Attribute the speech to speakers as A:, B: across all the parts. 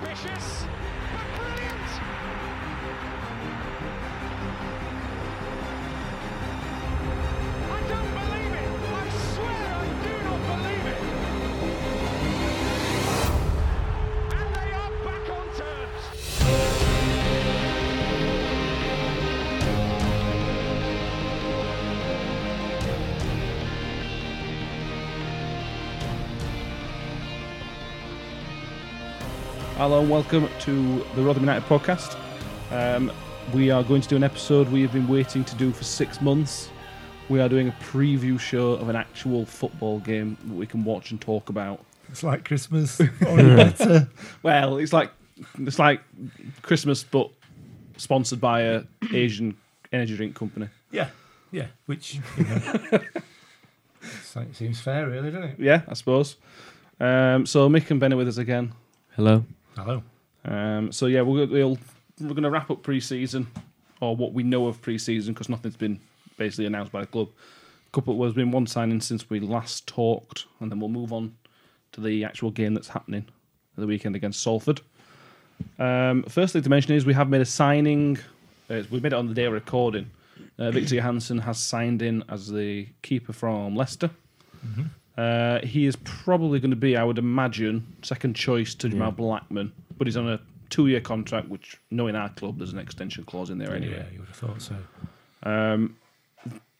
A: ambitious, but brilliant. I don't believe it. I swear I do not believe it. And they are back on terms.
B: Hello and welcome to the Rotherham United podcast. Um, we are going to do an episode we have been waiting to do for six months. We are doing a preview show of an actual football game that we can watch and talk about.
C: It's like Christmas, only better.
B: Well, it's like it's like Christmas, but sponsored by a Asian energy drink company.
C: Yeah, yeah. Which you know, it's like- seems fair, really, doesn't it?
B: Yeah, I suppose. Um, so Mick and Ben are with us again.
D: Hello.
C: Hello.
B: Um, so yeah, we're, we'll, we're going to wrap up pre-season or what we know of pre-season because nothing's been basically announced by the club. Couple there's been one signing since we last talked, and then we'll move on to the actual game that's happening at the weekend against Salford. Um, first thing to mention is we have made a signing. Uh, we made it on the day of recording. Uh, Victor Johansson has signed in as the keeper from Leicester. Uh, he is probably going to be, I would imagine, second choice to Jamal Blackman, but he's on a two-year contract, which knowing our club, there's an extension clause in there anyway.
C: Yeah, you would have thought so.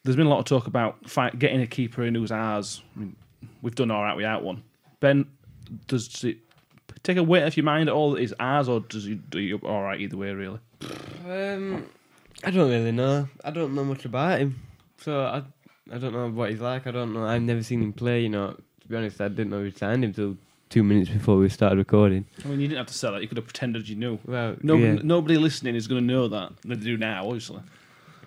B: There's been a lot of talk about fight, getting a keeper in who's ours. I mean, we've done all right without one. Ben, does it take a weight off your mind at all that is ours, or does it do you all right either way, really?
D: Um, I don't really know. I don't know much about him, so I I don't know what he's like. I don't know. I've never seen him play. You know, to be honest, I didn't know we signed him till two minutes before we started recording.
B: I mean, you didn't have to sell it. You could have pretended you knew.
D: Well,
B: Nobody,
D: yeah.
B: nobody listening is going to know that. They do now, obviously.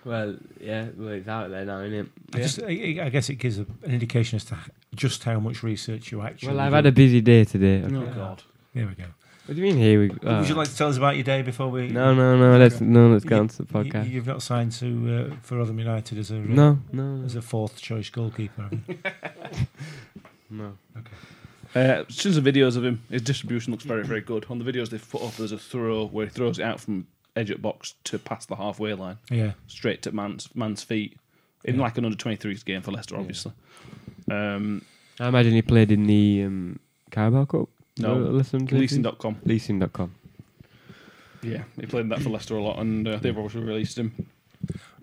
D: Well, yeah. Well, it's out there now, isn't it?
C: I, just, I, I guess it gives a, an indication as to h- just how much research you actually.
D: Well, I've
C: do.
D: had a busy day today.
B: Oh,
C: Yeah.
B: God.
C: There we go.
D: What do you mean? Here we go. Oh.
C: Would you like to tell us about your day before we?
D: Uh, No, no, no. Let's no. Let's go on to the
C: You,
D: podcast.
C: you've not signed to uh, for Rotherham United as a
D: no, no,
C: as a fourth choice goalkeeper. have you?
D: no.
B: Uh, since the videos of him, his distribution looks very, very good. On the videos they've put up, there's a throw where he throws it out from edge at box to past the halfway line,
C: yeah.
B: straight to man's man's feet, in like an under 23s game for Leicester, obviously. Um,
D: I imagine he played in the um, Carabao Cup.
B: No.
D: listen to
B: leasing.com.
D: leasing.com.
B: Yeah, he played that for Leicester a lot, and uh, they've obviously released him.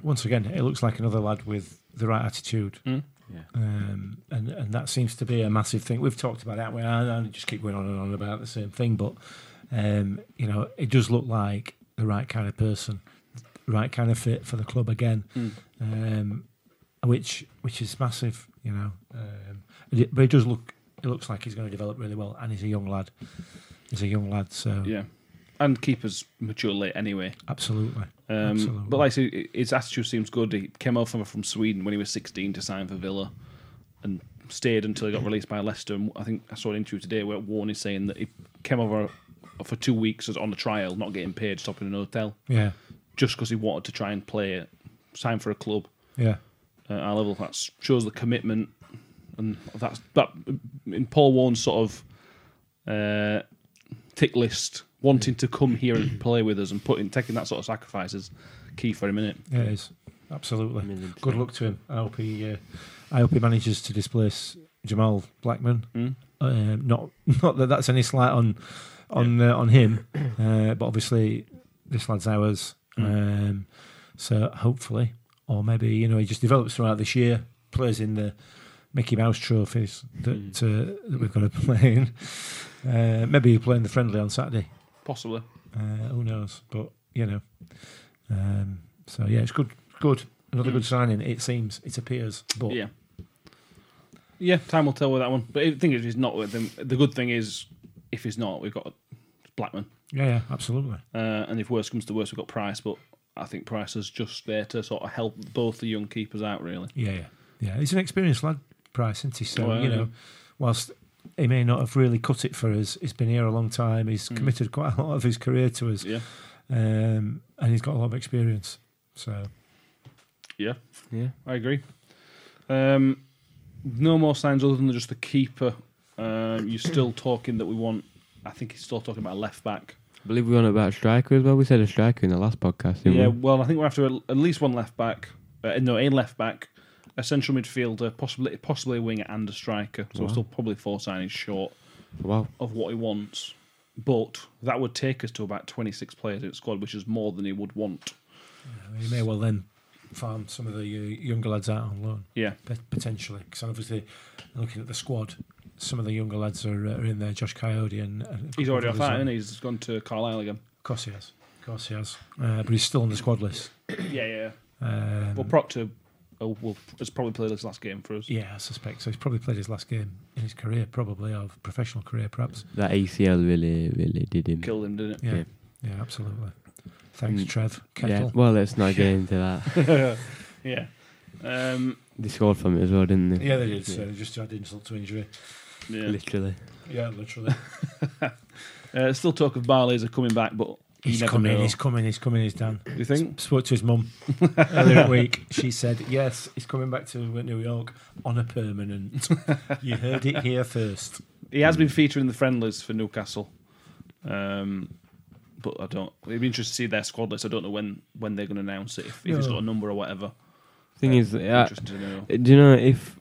C: Once again, it looks like another lad with the right attitude.
B: Mm.
D: Yeah.
C: Um, and and that seems to be a massive thing. We've talked about that. We I, I just keep going on and on about the same thing, but um, you know, it does look like the right kind of person, the right kind of fit for the club again,
B: Hmm.
C: um, which which is massive. You know, um, and it- but it does look. It looks like he's going to develop really well, and he's a young lad. He's a young lad, so
B: Yeah, and keepers mature late anyway.
C: absolutely.
B: Um,
C: Absolutely.
B: but like I say, his attitude seems good. He came over from Sweden when he was 16 to sign for Villa and stayed until he got released by Leicester. And I think I saw an interview today where Warren is saying that he came over for two weeks as on a trial, not getting paid, stopping in a hotel,
C: Yeah,
B: just because he wanted to try and play, sign for a club
C: yeah,
B: at our level. That shows the commitment, and that's that in Paul Warren's sort of uh, tick list, wanting to come here and play with us and putting taking that sort of sacrifice is key for him, innit?
C: yeah. It is absolutely.
D: Million
C: Good luck to him. I hope he, uh, I hope he manages to displace Jamal Blackman.
B: Mm.
C: Um, not, not that that's any slight on, on, uh, on him, uh, but obviously this lad's ours. Um, so hopefully, or maybe you know he just develops throughout this year, plays in the Mickey Mouse trophies that, uh, that we've got to play in. Uh, maybe he'll play in the friendly on Saturday.
B: Possibly.
C: Uh, who knows? But you know, um, so yeah, it's good. Good, another good signing. It seems, it appears. But
B: Yeah. Yeah, time will tell with that one. But the thing is, he's not with them. The good thing is, if he's not, we've got Blackman.
C: yeah, yeah, absolutely.
B: Uh, and if worse comes to worse, we've got Price. But I think Price is just there to sort of help both the young keepers out, really.
C: Yeah, yeah, yeah. He's an experienced lad, Price, isn't he? So
B: Well,
C: you
B: yeah.
C: know, whilst he may not have really cut it for us, he's been here a long time. He's committed quite a lot of his career to us,
B: Mm. Yeah.
C: um, and he's got a lot of experience. So
B: Yeah.
D: Yeah.
B: I agree. Um, no more signs other than just the keeper. Um, you're still talking that we want I think he's still talking about a left back.
D: I believe we were on about a striker as well. We said a striker in the last podcast, didn't
B: yeah,
D: we?
B: well, I think we're after a, at least one left back. Uh, no, a left back, a central midfielder, possibly possibly a winger and a striker. So we're
D: Wow.
B: still probably four signings short
D: Wow.
B: of what he wants. But that would take us to about 26 players in the squad, which is more than he would want.
C: You may well then farm some of the uh, younger lads out on loan.
B: Yeah.
C: pot- potentially. Because obviously, looking at the squad, some of the younger lads are, uh, are in there. Josh Coyote and, and
B: He's already off that,
C: isn't
B: and he's gone to Carlisle again.
C: Of course he has. Of course he has. Uh, but he's still on the squad list.
B: yeah, yeah.
C: Um,
B: Well, Proctor uh, will, has probably played his last game for us.
C: yeah, I suspect. So he's probably played his last game in his career, probably or professional career, perhaps.
D: That ACL really, really did him.
B: Killed him, didn't it?
C: Yeah, yeah,
D: Yeah.
C: absolutely. Thanks,
D: Mm.
C: Trev.
D: Yeah.
C: Kettle.
D: Well, let's not get into that.
B: yeah. Um,
D: They scored from it as well, didn't they?
C: Yeah, they did. So they just add insult to injury.
B: yeah.
D: Literally.
C: Yeah, literally.
B: Uh, still talk of Barley's are coming back, but you
C: He's
B: never
C: coming,
B: know.
C: he's coming, he's coming, he's done.
B: Do you think?
C: Spoke to his mum earlier in the week. She said, Yes, he's coming back to New York on a permanent. you heard it here first.
B: He has been featuring the friendlies for Newcastle. Um, but I don't. It'd be interesting to see their squad list. I don't know when, when they're going to announce it, if, if it's
C: No.
B: got a number or whatever.
D: Thing
B: Uh,
D: is, I,
B: Interesting to know.
D: do you know if?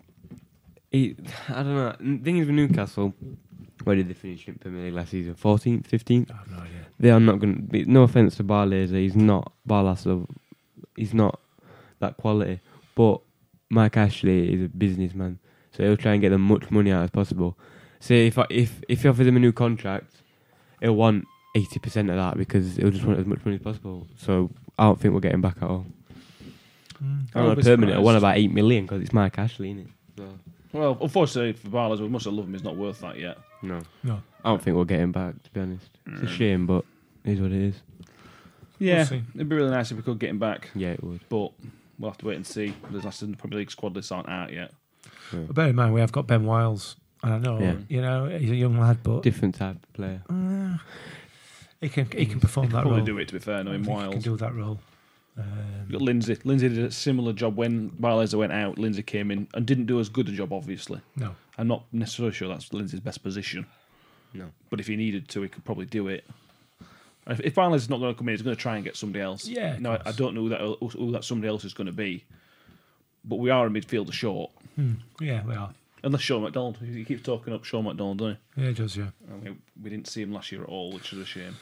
D: He, I don't know. N- Thing is, with Newcastle, where did they finish in Premier League last season? Fourteenth, fifteenth.
C: I have no idea.
D: They are not going to be. No offense to Barlaser, he's not Barlaser. He's not that quality. But Mike Ashley is a businessman, so he'll try and get as much money out as possible. Say if I, if if he offers him a new contract, he'll want eighty percent of that because he'll just want as much money as possible. So I don't think we'll get him back at all.
C: Mm.
D: I
B: I'll
D: want
B: be
D: a permanent. I want
B: surprised.
D: about eight million because it's Mike Ashley, is
B: Well, unfortunately for Barley's, we must have loved him. He's not worth that yet.
D: No.
C: No.
D: I don't think we'll get him back, to be honest. It's a
B: Mm.
D: shame, but it is what it is.
B: Yeah,
C: see.
B: it'd be really nice if we could get him back,
D: Yeah, it would.
B: but we'll have to wait and see. The last in the Premier League squad lists aren't out yet.
C: But bear in mind, we have got Ben Wiles. And I know,
D: Yeah.
C: you know, he's a young lad, but
D: Different type of player.
C: uh, he can he can perform
B: He could
C: that
B: probably
C: role.
B: do it, to be fair,
C: I
B: knowing
C: think He can
B: Wild.
C: do that role.
B: You've
C: Um,
B: got Lindsay. Lindsay did a similar job when Barleza went out. Lindsay came in and didn't do as good a job, obviously.
C: no.
B: I'm not necessarily sure that's Lindsay's best position,
D: No.
B: but if he needed to, he could probably do it. If, if Barleza's not going to come in, he's going to try and get somebody else.
C: Yeah, of
B: Now, I, I
C: course.
B: don't know who that, who that somebody else is going to be, but we are a midfielder short.
C: Hmm. Yeah, we are.
B: Unless Sean McDonald. He keeps talking up Sean McDonald, doesn't he?
C: Yeah, he does, yeah.
B: And we, we didn't see him last year at all, which is a shame.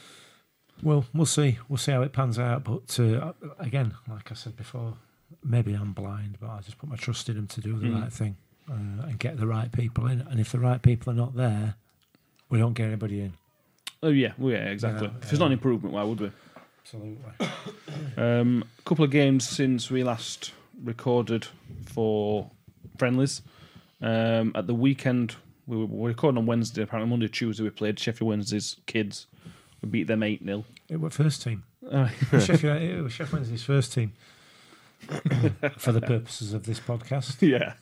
C: Well, we'll see. We'll see how it pans out. But uh, again, like I said before, maybe I'm blind, but I just put my trust in him to do the
B: Mm.
C: right thing uh, and get the right people in. And if the right people are not there, we don't get anybody in.
B: Oh yeah, well, yeah, exactly.
C: Yeah,
B: if it's not an
C: yeah.
B: improvement, why would we?
C: Absolutely.
B: Um, a couple of games since we last recorded for friendlies. Um, at the weekend, we were we were recording on Wednesday. Apparently, Monday, Tuesday, we played Sheffield Wednesday's kids. We beat them eight 0
C: It was first team.
D: Oh.
C: Sheffield, it was Sheffield Wednesday's first team. For the purposes of this podcast,
B: Yeah.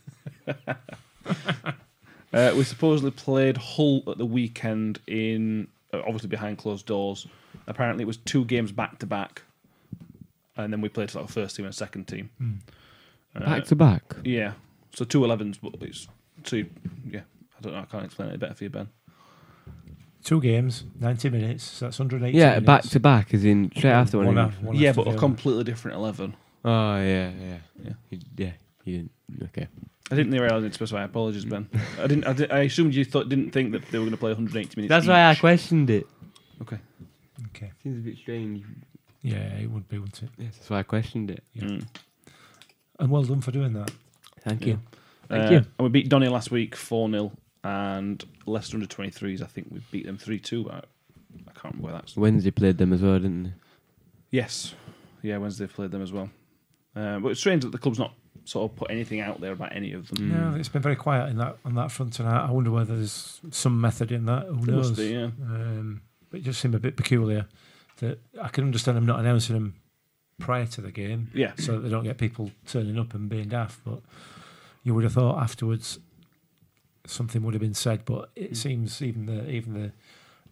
B: uh, we supposedly played Hull at the weekend in uh, obviously behind closed doors. Apparently, it was two games back to back, and then we played like first team and second team.
C: Hmm.
B: Uh,
D: Back to back.
B: yeah, so two 11s, but it's two. Yeah, I don't know. I can't explain it better for you, Ben.
C: two games, ninety minutes. So that's hundred eighty.
D: Yeah, back to back, as in straight after one.
C: One,
D: of
C: af-
D: you-
C: one
B: yeah,
C: after
B: but a
C: the other.
B: completely different eleven.
D: Oh yeah, yeah,
B: Yeah.
D: yeah. You, yeah, you didn't. Okay.
B: I didn't realise I didn't specify. Apologies, Ben. I didn't. I, did, I assumed you thought didn't think that they were going to play 180 minutes.
D: That's why I
B: each.
D: questioned it.
B: Okay.
C: Okay.
D: Seems a bit strange.
C: Yeah, it would be, wouldn't it?
D: Yes, that's why I questioned it.
C: Yeah.
B: Mm.
C: And well done for doing that.
D: Thank
B: Yeah.
D: you. Thank
B: Uh,
D: you.
B: And we beat Donny last week 4 0. And Leicester under 23s, I think we beat them 3 2. I, I can't remember where that's.
D: Wednesday played them as well, didn't they?
B: Yes. Yeah, Wednesday played them as well. Uh, but it's strange that the club's not sort of put anything out there about any of them.
D: Mm.
C: No, it's been very quiet in that on that front, and I, I wonder whether there's some method in that. Who
B: There
C: knows?
B: must be, yeah.
C: um, but it just seemed a bit peculiar that I can understand them not announcing them prior to the game,
B: Yeah.
C: so that they don't get people turning up and being daft. But you would have thought afterwards something would have been said. But it
B: Hmm.
C: seems even the even the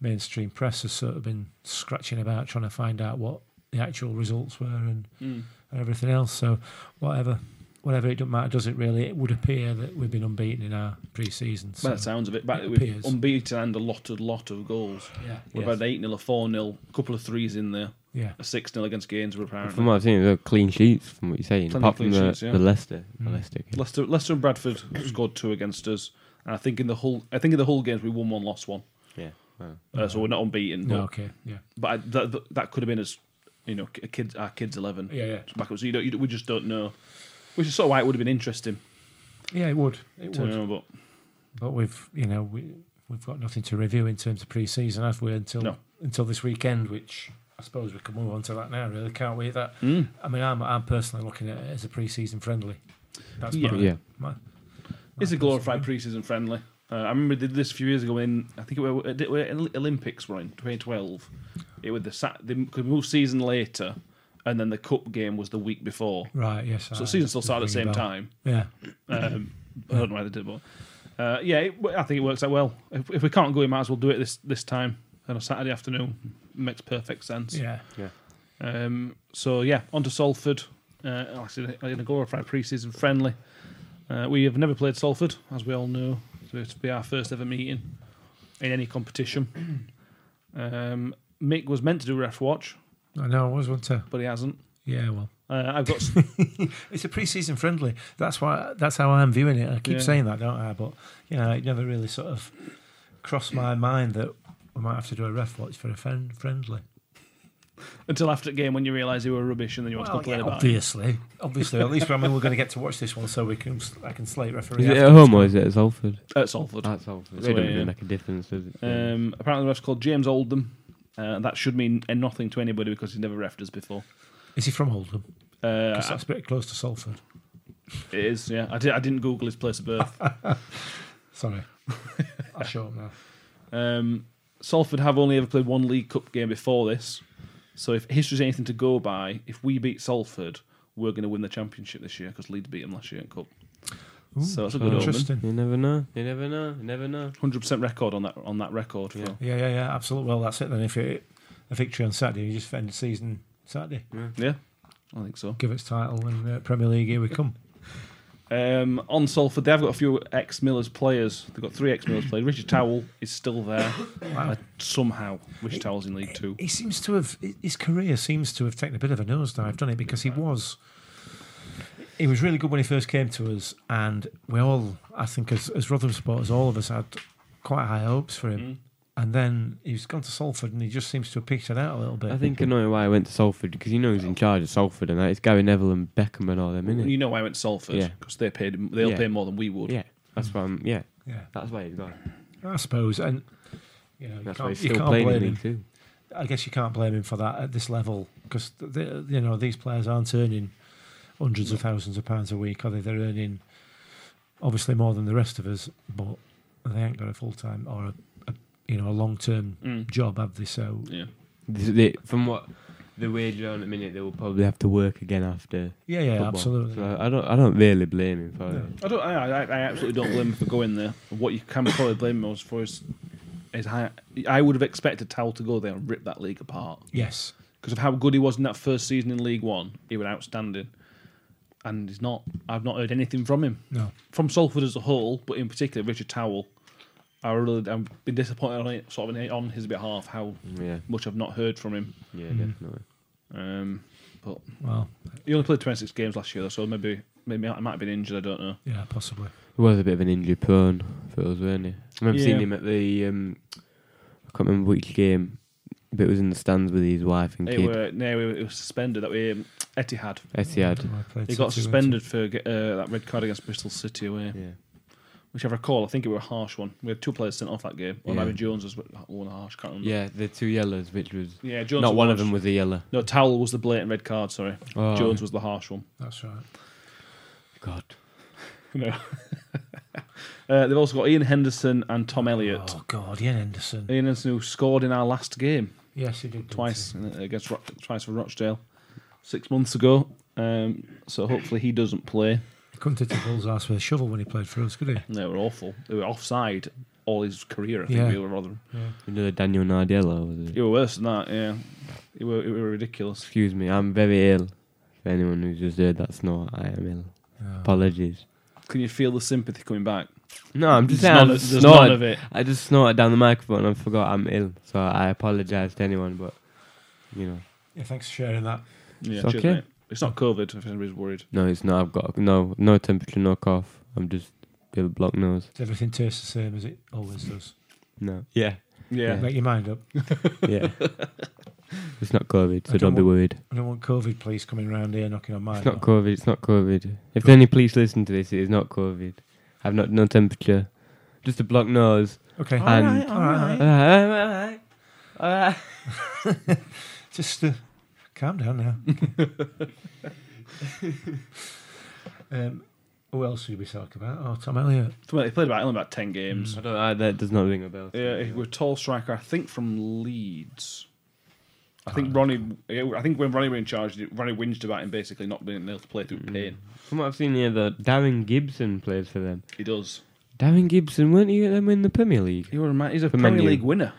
C: mainstream press has sort of been scratching about trying to find out what the actual results were and
B: Mm.
C: and everything else. So whatever. whatever, it doesn't matter, does it really? It would appear that we've been unbeaten in our pre-season.
B: By
C: So,
B: the sounds of it, back
C: It
B: we've
C: appears.
B: unbeaten and a lot, a lot of goals.
C: yeah,
B: We've
C: yes,
B: had 8 0, a 4 0, a couple of threes in there,
C: yeah.
B: a 6 0 against Gainsborough,
D: From
B: apparently.
D: what I've seen, they're clean sheets. From what you're saying,
B: Plenty of
D: apart from
B: clean
D: the,
B: sheets, yeah.
D: the Leicester, the
C: Mm.
D: Leicester game.
B: Leicester, Leicester and Bradford scored two against us. And I think in the whole, I think in the whole games we won one, lost one.
D: Yeah. Wow.
B: Uh, so we're not unbeaten.
C: No,
B: but-
C: okay, yeah,
B: But I, that, that- that could have been as you know, a kid, our kids eleven.
C: yeah, yeah,
B: Back up, so you don't, you, don't- we just don't know. Which is sort of why it would have been interesting
C: yeah. It would, it
B: to
C: would.
B: know. But
C: But we've, you know, we we've got nothing to review in terms of pre-season, have we? Until
B: No.
C: until this weekend, which I suppose we can move on to that now, really, can't we? That
B: Mm.
C: I mean, I'm I'm personally looking at it as a pre-season friendly. That's
B: Yeah.
C: my,
D: Yeah.
C: my- my
B: it's a
C: personal
B: glorified
C: view.
B: pre-season friendly. Uh, I remember they did this a few years ago in I think it were, uh, it were Olympics were in 2012. It was the sat they could move season later, and then the cup game was the week before.
C: Right. Yes.
B: So
C: I-
B: the season still started at the
C: ring
B: same
C: a bell.
B: time.
C: Yeah.
B: Um, I don't know why they did, but uh, yeah, it, I think it works out well. If, if we can't go, we might as well do it this this time on a Saturday afternoon. Makes perfect sense.
C: Yeah.
B: Um, so yeah, on to Salford. Uh, like I said, in a glorified pre-season friendly. Uh, we have never played Salford, as we all know. So it'll be our first ever meeting in any competition. Um, Mick was meant to do ref watch,
C: I know. I was one to.
B: but he hasn't.
C: Yeah. Well,
B: Uh, I've got
C: it's a pre-season friendly. That's why. That's how I'm viewing it. I keep
B: Yeah.
C: saying that, don't I? But you know, it never really sort of crossed my mind that we might have to do a ref watch for a friend friendly.
B: until after the game when you realise you were rubbish and then you want to complain about it.
C: obviously, obviously. At least I mean, we're going to get to watch this one, so we can I can slate referee.
D: Is it at
C: afterwards.
D: home or is it at Salford?
B: at Salford.
D: At Salford.
B: That's
D: It
B: where,
D: doesn't
B: yeah.
D: really make a difference, does it?
B: Um, apparently, the ref's called James Oldham. Uh, that should mean nothing to anybody because he's never refed us before.
C: Is he from Oldham?
B: Uh,
C: 'Cause that's a bit close to Salford.
B: it is, yeah. I, did, I didn't Google his place of birth.
C: Sorry, I'll show him now.
B: Um, Salford have only ever played one League Cup game before this. So, if history's anything to go by, if we beat Salford, we're going to win the championship this year because Leeds beat them last year in Cup. So that's a good omen.
C: interesting.
D: you never know. You never know. You never know.
B: Hundred percent record on that on that record. For, yeah.
C: Yeah,
D: Yeah.
C: yeah, yeah, absolutely. Well, that's it then. If it a victory on Saturday, you just end the season Saturday.
B: I think so.
C: Give its title and uh, Premier League here we come.
B: Um, on Salford, they've got a few ex Millers players. They've got three ex Millers players. Richard Towell is still there
C: Wow.
B: somehow. Richard Towell's in League Two.
C: He seems to have his career seems to have taken a bit of a nosedive, done it? Because he was he was really good when he first came to us, and we all, I think, as as Rotherham supporters, all of us had quite high hopes for him.
D: Mm.
C: And then he's gone to Salford, and he just seems to have peaked it out a little bit.
D: I think I know why I went to Salford because you know who's in charge of Salford and that. It's Gary Neville and Beckham and all them, innit?
B: You know why I went to Salford
D: Yeah.
B: because they paid they'll
D: Yeah.
B: pay more than we would.
D: Yeah, that's why I'm. Yeah,
C: yeah,
D: that's why he's gone.
C: I suppose, and you know, you
D: That's why
C: can't,
D: he's
C: you
D: still
C: can't
D: playing
C: blame
D: in
C: him.
D: League Two.
C: I guess you can't blame him for that at this level because you know these players aren't earning hundreds of thousands of pounds a week, are they? They're earning obviously more than the rest of us, but they ain't got a full time or a, a you know a long term
B: Mm.
C: job, have they? So
B: Yeah.
D: This- they- from what the wage on at the minute, they will probably have to work again after.
C: yeah, yeah,
D: football.
C: absolutely.
D: So I don't. I don't really blame him for
C: No.
D: it.
B: I don't. I, I, I absolutely don't blame him for going there. What you can probably blame him for is, is how, I would have expected Towell to go there and rip that league apart
C: Yes,
B: because of how good he was in that first season in League One. He was outstanding, and he's not. I've not heard anything from him
C: no,
B: from Salford as a whole, but in particular Richard Towell. I really, I've been disappointed on it, sort of on his behalf how
D: Mm, Yeah,
B: much I've not heard from him.
D: yeah,
C: Mm.
D: definitely.
B: Um, but
C: well,
B: he only played 26 games last year, though, so maybe maybe I might have been injured. I don't know.
C: yeah, possibly.
D: He was a bit of an injury prone for us, weren't he? I remember
B: Yeah.
D: seeing him at the. Um, I can't remember which game, but it was in the stands with his wife and
B: It
D: kid.
B: were no, it was suspended. That we um, Etihad.
D: Etihad.
C: I played
B: He got
C: City,
B: suspended for uh, that red card against Bristol City away,
D: Yeah.
B: which I recall. I think it were a harsh one. We had two players sent off that game. Or
D: Yeah.
B: maybe Jones was one harsh. Can't remember.
D: Yeah, the two yellows, which was
B: yeah. Jones.
D: not
B: was
D: one
B: harsh.
D: of them was a yellow.
B: No, Towel was the blatant red card. Sorry,
D: Oh,
B: Jones was the harsh one.
C: That's right.
D: God.
B: No. uh, they've also got Ian Henderson and Tom Elliott.
C: Oh God, Ian Henderson.
B: Ian Henderson, who scored in our last game
C: Yes, he did didn't
B: twice uh, against Ro- twice for Rochdale six months ago. Um, so hopefully he doesn't play.
C: He couldn't hit the bull's ass with a shovel when he played for us, could he?
B: They were awful. They were offside all his career. I think
C: Yeah.
B: we were rather.
C: Yeah.
D: Another Daniel Nardiello. Was it?
B: You were worse than that. Yeah, you were. You were ridiculous.
D: Excuse me, I'm very ill. For anyone who's just heard that snort, I am ill. Apologies.
B: Can you feel the sympathy coming back?
D: No, Ah, I'm just
B: There's
D: saying. I
B: none,
D: just
B: there's none
D: snorted.
B: of it.
D: I just snorted down the microphone and forgot I'm ill, so I apologise to anyone. But you know,
C: Yeah, thanks for sharing that.
B: Yeah,
D: It's
B: cheers,
D: okay.
B: mate. It's not COVID. If anybody's worried,
D: no, it's not. I've got no no temperature, no cough. I'm just a bit of a blocked nose.
C: Does everything taste the same as it always does?
D: No. Yeah.
B: yeah.
C: Make your mind up.
D: Yeah. it's not COVID, so
C: I
D: don't,
C: don't
D: be
C: wa-
D: worried.
C: I don't want COVID police coming round here knocking on my
D: It's
C: door.
D: not COVID. It's not COVID. If any police listen to this, it is not COVID. I've not no temperature, just a blocked nose.
C: Okay,
D: All And-
C: all right.
D: Alright, alright, alright.
C: Just uh, calm down now. um, who else should we talk about? Oh, Tom Elliott.
B: Well, He played about only about ten games.
D: I don't. I, that does not ring a bell. to
B: Yeah,
D: me.
B: he was a tall striker. I think from Leeds. I think Ronnie. I think when Ronnie were in charge, Ronnie whinged about him basically not being able to play through
D: Mm.
B: pain.
D: From what I've seen here, the Darren Gibson plays for them.
B: He does.
D: Darren Gibson, weren't he at them in the Premier League?
B: He were a man, he's a
D: For
B: Premier
D: Man U.
B: League winner.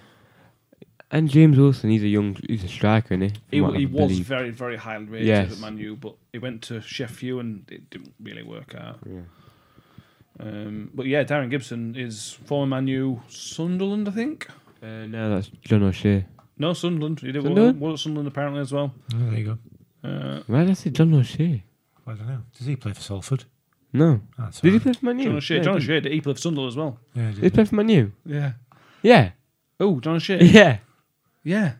D: And James Wilson, he's a young, he's a striker, isn't he? From
B: He,
D: what
B: he
D: I
B: was
D: believe.
B: very, very highly rated
D: Yes.
B: at Man U, but he went to Sheffield and it didn't really work out.
D: Yeah.
B: Um, but yeah, Darren Gibson is former Man U, Sunderland, I think.
D: Uh, no, that's John O'Shea.
B: No, Sunderland. He did
D: Sunderland?
B: well at Sunderland apparently as well.
C: Oh, there you go.
B: Uh,
D: Why did I say John O'Shea?
C: I don't know. Does he play for Salford?
D: No.
C: Ah, it's
D: Did he
C: all
D: play for Man U?
B: John O'Shea.
D: No,
B: John
D: he didn't.
B: O'Shea. He played for Sunderland as well.
C: right. Yeah,
D: Did he play for Man U?
B: Yeah.
D: Yeah.
B: Oh, John O'Shea.
D: Yeah.
B: yeah.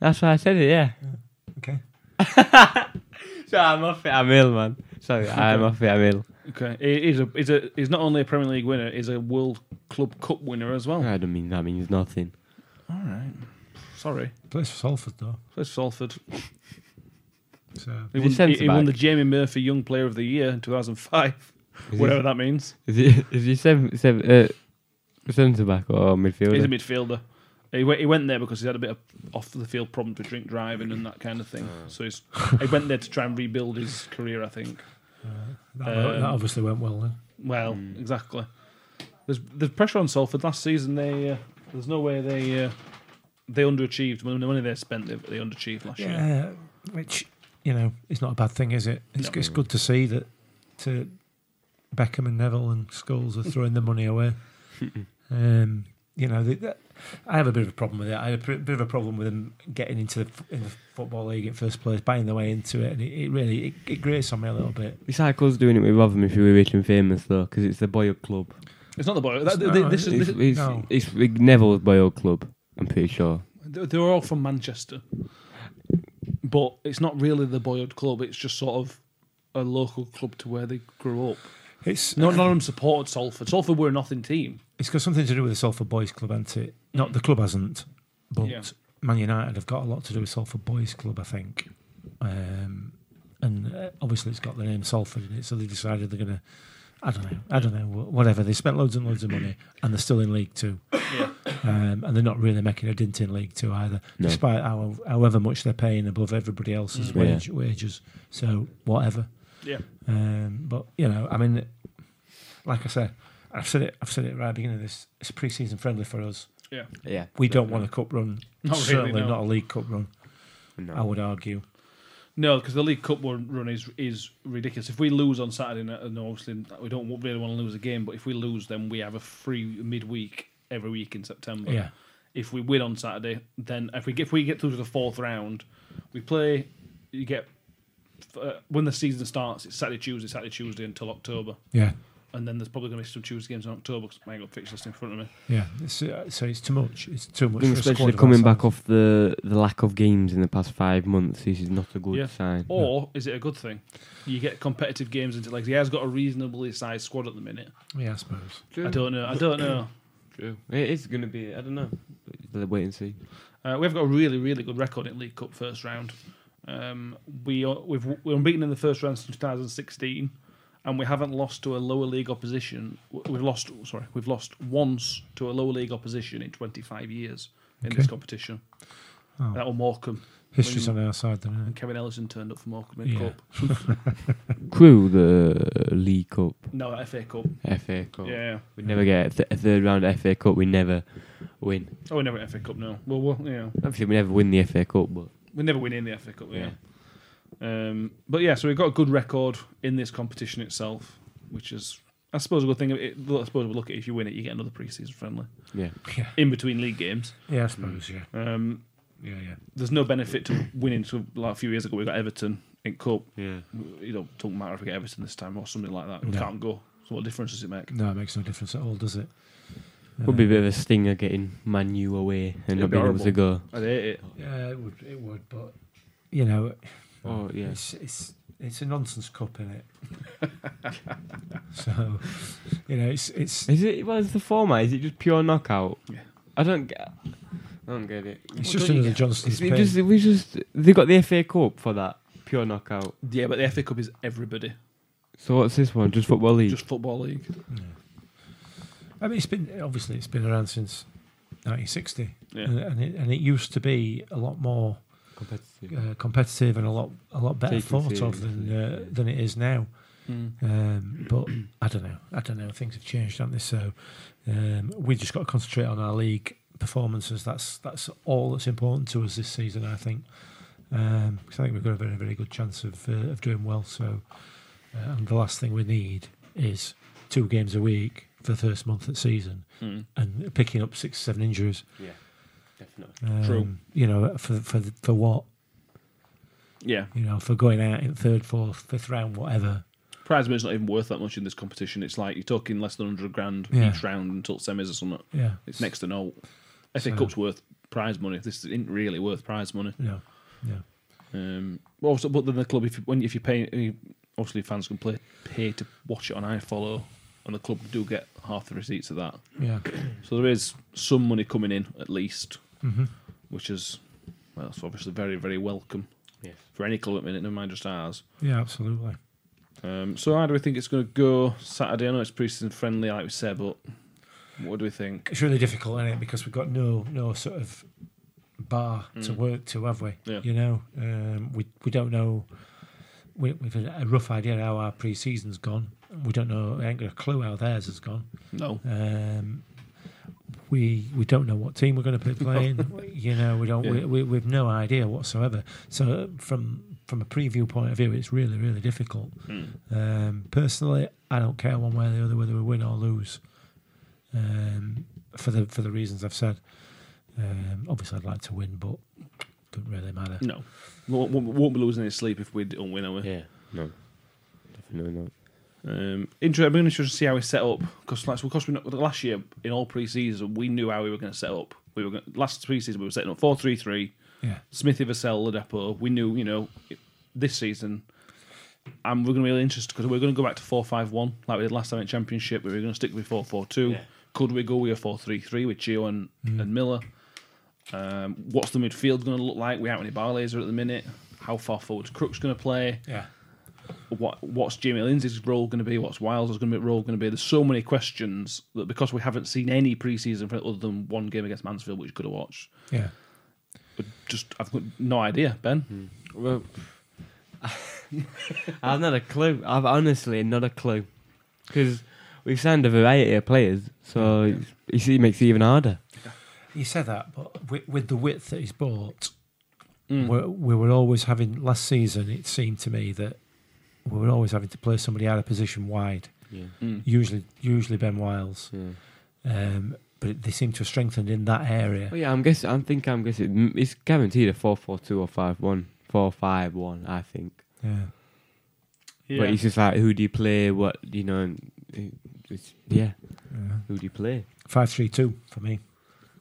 D: That's why I said it, yeah.
C: Okay.
D: So I'm off it, I'm ill, man. Sorry, I'm off it, I'm ill.
B: Okay. He- He's a he's a he's not only a Premier League winner, he's a World Club Cup winner as well.
D: Oh, I don't mean that means nothing.
B: All right. Sorry.
C: Plays for Salford though.
B: That's Salford.
C: So uh,
B: He
D: Is it
B: won, he, he won
D: centre-back?
B: the Jamie Murphy Young Player of the Year in 2005,
D: Is
B: whatever
D: he,
B: that means.
D: Is he, is he seven, seven, uh, centre back or midfielder?
B: He's a midfielder. He went, he went there because he had a bit of off the field problems with drink driving and that kind of thing.
D: Oh.
B: So he's, he went there to try and rebuild his career, I think.
C: that, well-
B: Um,
C: that obviously went well then.
B: Well,
C: Hmm.
B: exactly. There's there's pressure on Salford last season. They uh, there's no way they uh, they underachieved. When the money they spent, they, they underachieved last year.
C: Yeah, which you know, it's not a bad thing, is it? It's,
B: No.
C: it's good to see that to Beckham and Neville and Scholes are throwing the money away. um, you know, they, that- I have a bit of a problem with it. I have a pr- bit of a problem with them getting into the, f- in the football league at first place, buying their way into it, and it, it really it, it grates on me a little bit.
D: It's like us doing it with Rotherham if we were rich and famous, though, because it's the boy up club.
B: It's not the boy.
C: It's
B: That, they,
C: not.
B: this is,
D: It's,
B: this,
D: it's,
C: no.
D: it's Neville's boy up club, I'm pretty sure.
B: they were all from Manchester, but it's not really the boyhood club. It's just sort of a local club to where they grew up.
C: It's
B: No, none of them supported Salford. Salford were a nothing team.
C: it's got something to do with the Salford Boys Club, hasn't it? Not the club hasn't, but
B: Yeah.
C: Man United have got a lot to do with Salford Boys Club, I think. Um, and uh, obviously, it's got the name Salford in it, so they decided they're going to. I don't know. I don't know. wh- Whatever. They spent loads and loads of money, and they're still in League Two,
B: Yeah.
C: um, and they're not really making a dint in League Two either,
D: No.
C: despite how, however much they're paying above everybody else's
D: Mm. Yeah.
C: wage, wages. So whatever.
B: Yeah.
C: Um, but you know, I mean, like I said, I've said it. I've said it right at the beginning of this. It's pre-season friendly for us.
B: Yeah.
D: Yeah.
C: We don't want a cup run.
B: Not really,
C: Certainly
B: no.
C: not a league cup run.
D: No.
C: I would argue.
B: No, because the League Cup run run is is ridiculous. If we lose on Saturday, night, and obviously we don't really want to lose a game, but if we lose, then we have a free midweek every week in September.
C: Yeah.
B: If we win on Saturday, then if we get, if we get through to the fourth round, we play. You get uh, when the season starts, it's Saturday, Tuesday, Saturday, Tuesday until October,
C: Yeah.
B: and then there's probably going to be some Tuesday games in October. Cause I ain't got fixed list in front of me.
C: Yeah. It's, uh, so it's too much. It's too
D: I
C: much.
D: think
C: for a
D: especially
C: squad of
D: coming back
C: ourselves.
D: off the, the lack of games in the past five months, this is not a good
B: Yeah. Oh.
D: sign.
B: Or is it a good thing? You get competitive games into like he has got a reasonably sized squad at the minute.
C: Yeah, I suppose.
D: True.
B: I don't know. I don't know.
D: True. It is going to be, I don't know. Let's wait and see.
B: Uh, we've got a really, really good record in League Cup first round. Um, we are, we've we're unbeaten in the first round since 2016, and we haven't lost to a lower league opposition. w- We've lost, sorry, we've lost once to a lower league opposition in 25 years in this
C: Okay.
B: competition.
C: Oh.
B: That was Morecambre.
C: History's
B: When-
C: on our side, then.
B: And
C: Isn't
B: Kevin Ellison turned up for Morecambe in
C: it? Yeah.
B: Cup.
D: Crew the League Cup,
B: No, that FA Cup.
D: FA Cup.
B: Yeah.
D: We never get a, th- a third round FA Cup. We never win.
B: Oh, we never win FA Cup. No. Well, well, yeah.
D: Obviously, we never win the FA Cup, but
B: We never win in the FA Cup. Yeah. Um, but yeah, so we've got a good record in this competition itself, which is, I suppose, a good thing. It, I suppose we look at it, if you win it, you get another preseason friendly
D: Yeah.
C: Yeah,
B: in between league games.
C: yeah, I suppose. Yeah,
B: Um,
C: yeah, yeah.
B: there's no benefit to winning. So like a few years ago, we got Everton in cup.
D: Yeah.
B: You know, doesn't matter if we get Everton this time or something like that. We
C: No.
B: can't go. So what difference does it make?
C: No, it makes no difference at all, does it?
D: Would be a
C: Uh,
D: bit of a stinger getting Manu away
B: It'd
D: and not
B: be
D: being able to go.
B: I'd hate it.
C: Yeah, it would. It would, but you know,
D: Oh yeah.
C: it's it's it's a nonsense cup in it. so, you know, it's it's
D: Is it? What is the format? Is it just pure knockout?
B: Yeah.
D: I don't get. I don't get it.
C: it's just another Johnston's
D: It's-
C: pin.
D: it just, we just they got the FA Cup for that pure knockout.
B: Yeah, but the FA Cup is everybody,
D: So what's this one? Just football league.
B: just football league.
C: Yeah. I mean, it's been obviously it's been around since 1960,
B: Yeah,
C: and, and it and it used to be a lot more
D: competitive.
C: uh, competitive and a lot a lot better
D: Taken
C: thought of than uh,
D: seriously.
C: than it is now.
B: Mm.
C: Um, but I don't know. I don't know. Things have changed, haven't they? So um, we just got to concentrate on our league performances. That's that's all that's important to us this season, I think. Because I think we've got a very very good chance of uh, of doing well. So uh, and the last thing we need is two games a week for the first month of the season
B: Mm.
C: and picking up six seven injuries.
D: Yeah, definitely.
C: Um,
B: True.
C: You know for for for what
B: yeah.
C: you know for going out in third, fourth, fifth round, whatever.
B: Prize money's not even worth that much in this competition. It's like you're talking less than hundred grand
C: Yeah.
B: each round until semis or something.
C: Yeah.
B: It's next to no. FA
C: So-
B: Cup's worth prize money. This isn't really worth prize money.
C: No. No.
B: Um, well, also, but then the club, if you, when if you pay, you- obviously fans can play, pay to watch it on iFollow, and the club do get half the receipts of that.
C: Yeah.
B: So there is some money coming in at least,
C: hmm
B: which is well, it's obviously very very welcome
D: Yes.
B: for any club at the minute, never mind just ours.
C: Yeah, absolutely.
B: Um, so how do we think it's going to go Saturday? I know it's pre-season friendly, like we said, but what do we think?
C: It's really difficult, isn't it? Because we've got no no sort of bar to
B: Mm.
C: work to, have we?
B: Yeah.
C: You know, um, we we don't know. We, we've had a rough idea how our pre-season's gone. We don't know. We ain't got a clue how theirs has gone.
B: No,
C: Um, we we don't know what team we're going to be playing. you know, we don't.
B: Yeah.
C: We, we we've no idea whatsoever. So from from a preview point of view, it's really really difficult.
B: Mm.
C: Um, personally, I don't care one way or the other whether we win or lose. Um, for the for the reasons I've said. Um, obviously, I'd like to win, but doesn't really matter.
B: no, we won't, we won't be losing any sleep if we don't win, are we?
D: Yeah. No. Definitely not.
B: Um, interesting. I'm going to see how we set up because, like, because we know, last year in all pre-season we knew how we were going to set up. We were going last pre-season we were setting up four three three.
C: Yeah,
B: Smithy, Vassell, Ladapo. We knew, you know, it- this season, and we're going to be really interested because we're going to go back to four five one like we did last time in Championship. We were going to stick with four four two.
D: Yeah.
B: Could we go with a four three three with Gio and, and Miller? Um, what's the midfield going to look like? We out any bar laser at the minute? How far forward's Crook's going to play?
C: yeah,
B: what what's Jamie Lindsay's role going to be? What's Wiles' going to be role going to be? There's so many questions that because we haven't seen any preseason for other than one game against Mansfield, which you could have watched.
C: yeah.
B: But just I've got no idea, Ben.
D: Well, I've not a clue. I've honestly not a clue because we've signed a variety of players, so it's- you see, it makes it even harder.
C: You said that, but with, with the width that he's bought,
B: Hmm.
C: we're, we were always having last season. It seemed to me that we were always having to play somebody out of position wide.
D: Yeah.
B: Mm.
C: Usually, usually Ben Wiles,
D: Yeah.
C: um, but they seem to have strengthened in that area.
D: Well, Oh, yeah, I'm guessing. I'm thinking. I'm guessing. It's guaranteed a four-four-two or five-one. Four-five-one, I think.
C: Yeah,
D: But it's just like, who do you play? What you know? and it- It's, yeah,
C: yeah.
D: who do you play?
C: five three two for me.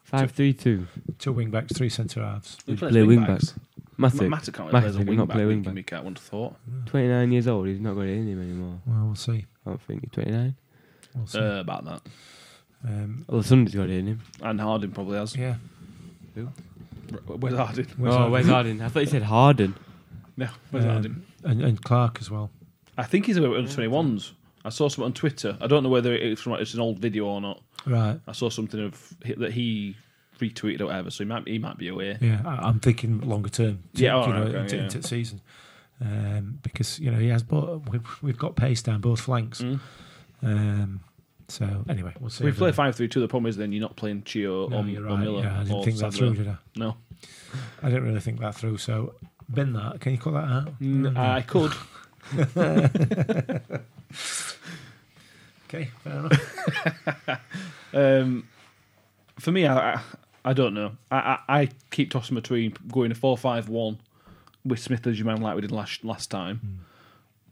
D: Five-three-two.
C: Two wing backs, three centre halves.
B: Who
D: we
B: plays
D: play
B: wing
D: wing
B: backs? Ma-
D: Matic,
B: Matter can't play as a
D: Matic
B: wing
D: not
B: back.
D: play wing
B: Wing
D: back.
B: back. I would have thought.
D: twenty-nine years old. He's not got it in him anymore.
C: Well, we'll see.
D: I don't think he's twenty-nine.
C: We'll see.
B: Uh, about that,
C: um,
D: Well, somebody's got it in him.
B: and Harding probably has.
C: yeah. Um,
B: R- Where's Harding?
C: Where's
D: oh,
C: Harden?
D: where's Harden? I thought you said Harden.
B: No, where's
C: Um,
B: Harding?
C: and, and Clark as well.
B: I think he's about under twenty ones. I saw something on Twitter. I don't know whether it's from it's an old video or not.
C: Right.
B: I saw something of that he retweeted or whatever. So he might he might be aware.
C: Yeah, I, I'm thinking longer term.
B: Yeah,
C: you
B: all
C: know,
B: right, okay,
C: into,
B: yeah.
C: into the season, um, because you know he has. But we've, we've got pace down both flanks.
B: Mm.
C: Um, so anyway, we'll see.
B: we
C: how
B: play
C: the-
B: five three two. The problem is then you're not playing Chio
C: No,
B: or,
C: you're
B: or
C: right.
B: Miller.
C: yeah, I
B: or
C: didn't think that
B: Sadler.
C: through, did I?
B: No,
C: I didn't really think that through. So Bin that. Can you cut that out?
B: Mm, I could.
C: Okay, fair enough.
B: Um, for me, I, I I don't know. I, I, I keep tossing between going a four-five-one with Smith as your man like we did last last time,
C: Mm.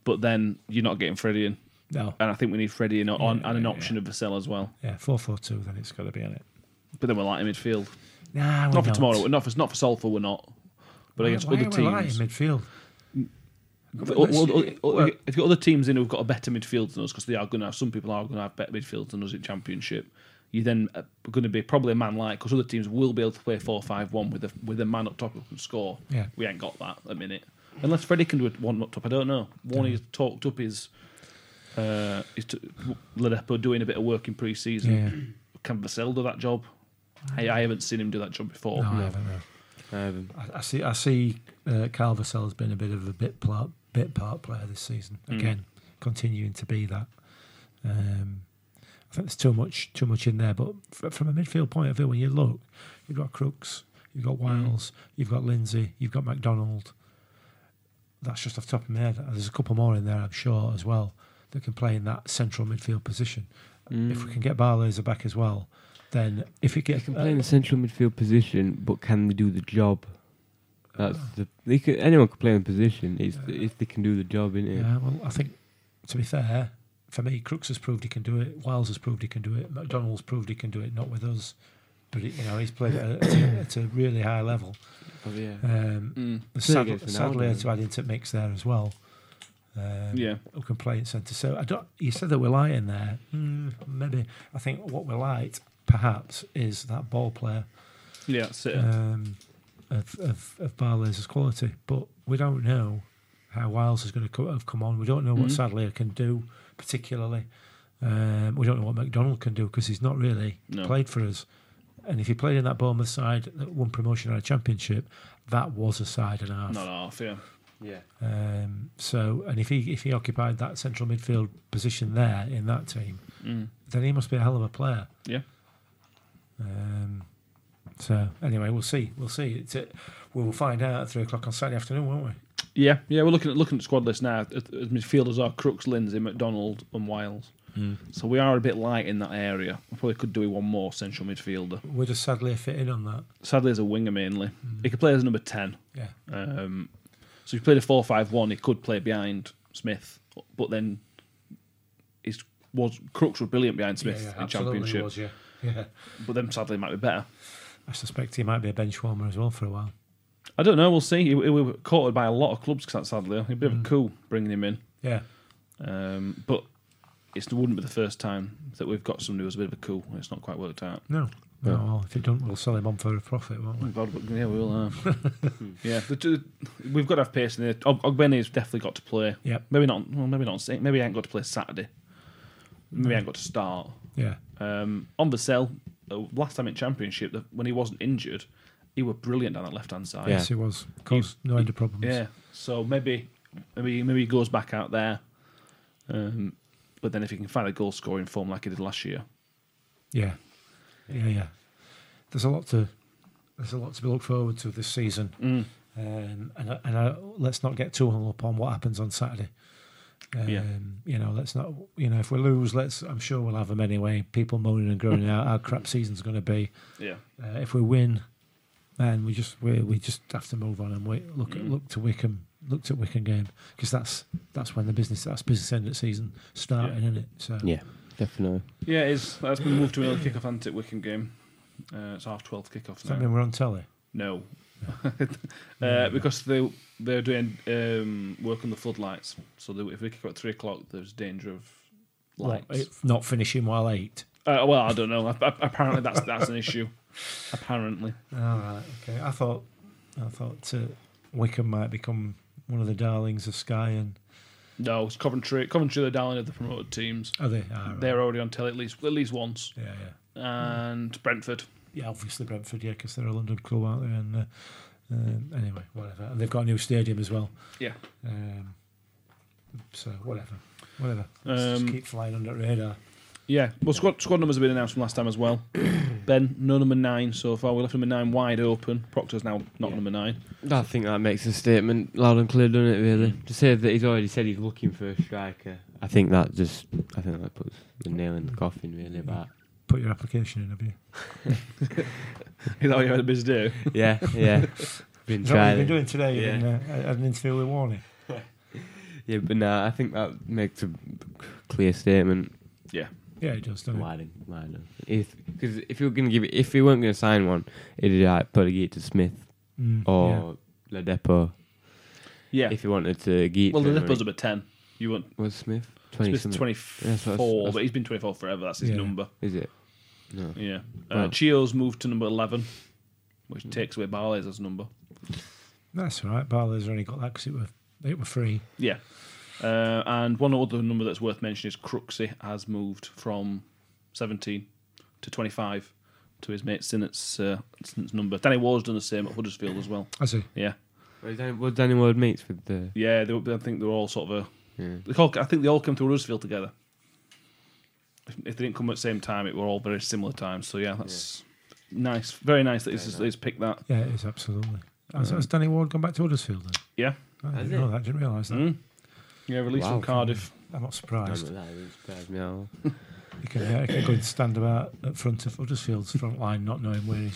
B: but then you're not getting Freddie in,
C: No.
B: and I think we need Freddie in on,
C: Yeah,
B: and an
C: yeah,
B: option of Vassell as well.
C: Yeah, four four two. Then it's got to be on it.
B: But then we're light in midfield.
C: Nah, we're
B: not for tomorrow. Not for not for Salford. We're not. But against
C: Why
B: other
C: are we lying
B: teams,
C: in midfield.
B: But o- o- o- o-
C: well-
B: if you've got other teams in who've got a better midfield than us, because they are going to have some people are going to have better midfield than us in Championship. You're then going to be probably a man light because other teams will be able to play 4-5-1 with a with a man up top who can score.
C: Yeah.
B: we ain't got that at the minute. Unless Freddie can do it one up top, I don't know. One he's talked up is uh, is to, Ladepo doing a bit of work in pre-season.
C: Yeah.
B: Can Vassell do that job? I, I haven't seen him do that job before.
C: No, I haven't. No.
D: Um,
C: I, I see. I see. Uh, Carl Vassell's been a bit of a bit pla- bit part player this season.
D: Mm.
C: Again, continuing to be that. Um, I think there's too much too much in there. But fr- from a midfield point of view, when you look, you've got Crooks, you've
D: Mm.
C: got Wiles, you've got Lindsay, you've got McDonald. That's just off the top of my head. There's a couple more in there, I'm sure, as well, that can play in that central midfield position. If we can get Barlaser back as well, then if it
D: they
C: gets
D: Mm. can play in the central midfield position, but can they do the job? That's the they can, anyone can play in a position. It's if they can do the job, innit?
C: Yeah, well, I think to be fair, for me, Crooks has proved he can do it. Wiles has proved he can do it. McDonald's proved he can do it. Not with us, but he, you know he's played at a, at a really high level.
D: Oh, yeah.
C: Um,
B: Mm.
C: sadly,
D: against Ronaldo.
C: sadly, I had to add into mix there as well. Um,
B: Yeah.
C: who can play at centre? So I don't. You said that we're light in there. Mm, maybe I think what we're light perhaps is that ball player
B: Yeah, that's it.
C: um, of of, of Barley's quality, but we don't know how Wiles is going to co- have come on. We don't know what
B: Mhm.
C: Sadler can do particularly. Um, we don't know what McDonald can do because he's not really
B: No.
C: played for us. And if he played in that Bournemouth side that won promotion and a championship, that was a side and a half.
B: Not half, yeah.
D: Yeah.
C: Um, so, and if he if he occupied that central midfield position there in that team,
B: Mm.
C: then he must be a hell of a player.
B: Yeah.
C: Um, so anyway, we'll see. We'll see. It's it. We'll find out at three o'clock on Saturday afternoon, won't we?
B: Yeah, yeah, we're looking at looking at squad list now. As as midfielders are Crooks, Lindsay, McDonald, and Wiles.
C: Hmm.
B: So we are a bit light in that area. We probably could do with one more central midfielder.
C: Where does Sadler fit in on that?
B: Sadly, as a winger mainly,
C: Hmm.
B: he could play as a number ten.
C: Yeah.
B: Um, so if he played a four-five-one, he could play behind Smith, but then he's was Crooks were brilliant behind Smith
C: yeah,
B: in
C: absolutely
B: Championship,
C: was, yeah. yeah.
B: but then sadly he might be better.
C: I suspect he might be a bench warmer as well for a while.
B: I don't know. We'll see. He, he was courted by a lot of clubs. That sadly, it'd be
C: Hmm.
B: cool bringing him in.
C: Yeah.
B: Um, but it's, it wouldn't be the first time that we've got somebody who's a bit of a cool and it's not quite worked out.
C: No. No. Well, if it don't, we'll sell him on for a profit, won't
B: Oh my
C: we?
B: God, but yeah, we will. Uh, yeah, the, two- we've got to have pace in there. Og- Ogbene's definitely got to play.
C: Yep.
B: Maybe not. Well, maybe not. on Sa- Maybe he ain't got to play Saturday. Maybe he ain't got to start.
C: Yeah.
B: Um, on Vassell, uh, last time in Championship, the- when he wasn't injured, he were brilliant down that left hand side.
D: Yeah.
C: Yes, it was. Caused no end of problems.
B: Yeah. So maybe, maybe, maybe he goes back out there. Um, but then if he can find a goal scoring form like he did last year,
C: Yeah, yeah, yeah. There's a lot to there's a lot to look forward to this season,
B: Mm.
C: um, and I- and I, let's not get too hung up on what happens on Saturday. Um,
B: Yeah.
C: You know, let's not. You know, if we lose, let's. I'm sure we'll have them anyway. People moaning and groaning out how crap season's going to be.
B: yeah.
C: Uh, if we win, then we just we, we just have to move on and wait, look at look to Wickham, look to Wickham game because that's that's when the business that's business end of season starting, isn't it? So
D: Yeah, definitely.
B: Yeah, it is. That's been moved to another kickoff, hasn't it? Wickham game. Uh, it's half twelve kickoff
C: Does that
B: now.
C: mean we're on telly?
B: No, uh, because they they're doing um, work on the floodlights. So they, if we kick off at three o'clock, there's danger of lights.
C: What, it- not finishing while eight.
B: uh, well, I don't know. Ap- ap- Apparently, that's that's an issue. Apparently,
C: All right. Okay. I thought, I thought uh, Wickham might become one of the darlings of Sky, and
B: no. It's Coventry. Coventry, they're down of the promoted teams.
C: are they? Ah, right.
B: They're already on telly at least at least once.
C: Yeah, yeah,
B: And Brentford.
C: yeah. Obviously Brentford, yeah, because they're a London club, aren't they? And uh, um, anyway, whatever. And they've got a new stadium as well.
B: Yeah.
C: Um, so whatever, whatever. Let's just
B: Um,
C: keep flying under the radar.
B: Yeah. Well, squad squad numbers have been announced from last time as well. Ben, no number nine so far. We left number nine wide open. Proctor's now not
D: Yeah.
B: number nine.
D: I think that makes a statement loud and clear, doesn't it? Really, to say that he's already said he's looking for a striker. I think that just, I think that puts the nail in the coffin, really. About
C: Put your application in, have you?
B: Is that what you had a busy day?
D: yeah, yeah, been
C: Is that what you've
D: trying.
C: been doing today?
D: Yeah.
C: Yeah. Been, uh, had an interview with Warney.
D: Yeah, but no, I think that makes a clear statement.
C: Yeah, he does, doesn't he?
D: Why didn't why not? If because if you were gonna give it, if you weren't gonna sign one, it'd be like probably give it to Smith
C: Mm, yeah.
D: or Le Depot.
B: Yeah.
D: If you wanted to give, it
B: well,
D: to
B: the
D: him,
B: Lipo's
D: right?
B: number 10. You want
D: was Smith twenty.
B: Smith's
D: something.
B: 24,
D: That's what I was-
B: but he's been 24 forever. That's his
C: Yeah.
B: number.
D: Is it? No.
B: Yeah. Uh,
D: Wow.
B: Chio's moved to number 11, which
D: Mm.
B: takes away Barley's as number.
C: That's all right. Barley's only got that because it were, it were free.
B: Yeah. Uh, and one other number that's worth mentioning is Cruxy has moved from 17 to 25 to his mate Sinnott's, uh, Sinnott's number. Danny Ward's done the same at Huddersfield as well.
C: I see.
B: Yeah.
D: Was Danny, was Danny Ward mates with the?
B: Yeah, they, were- I think they were all sort of a.
D: Yeah.
B: They all, I think they all came through Huddersfield together. If, if they didn't come at the same time, it were all very similar times. So yeah, that's nice. Very nice that he's,
D: Very
B: he's
D: nice.
B: picked that.
C: Yeah, it is, absolutely. Has, has Danny Ward gone back to Huddersfield then?
B: Yeah.
C: I
D: Has
C: didn't
D: he?
C: know that. didn't realise that.
B: Mm. Yeah, released
D: Wow.
B: from Cardiff.
C: I'm not
D: I
C: surprised.
D: don't know, that didn't surprise me at all.
C: He can, yeah, he can go and stand about at front of Huddersfield's front line, not knowing where he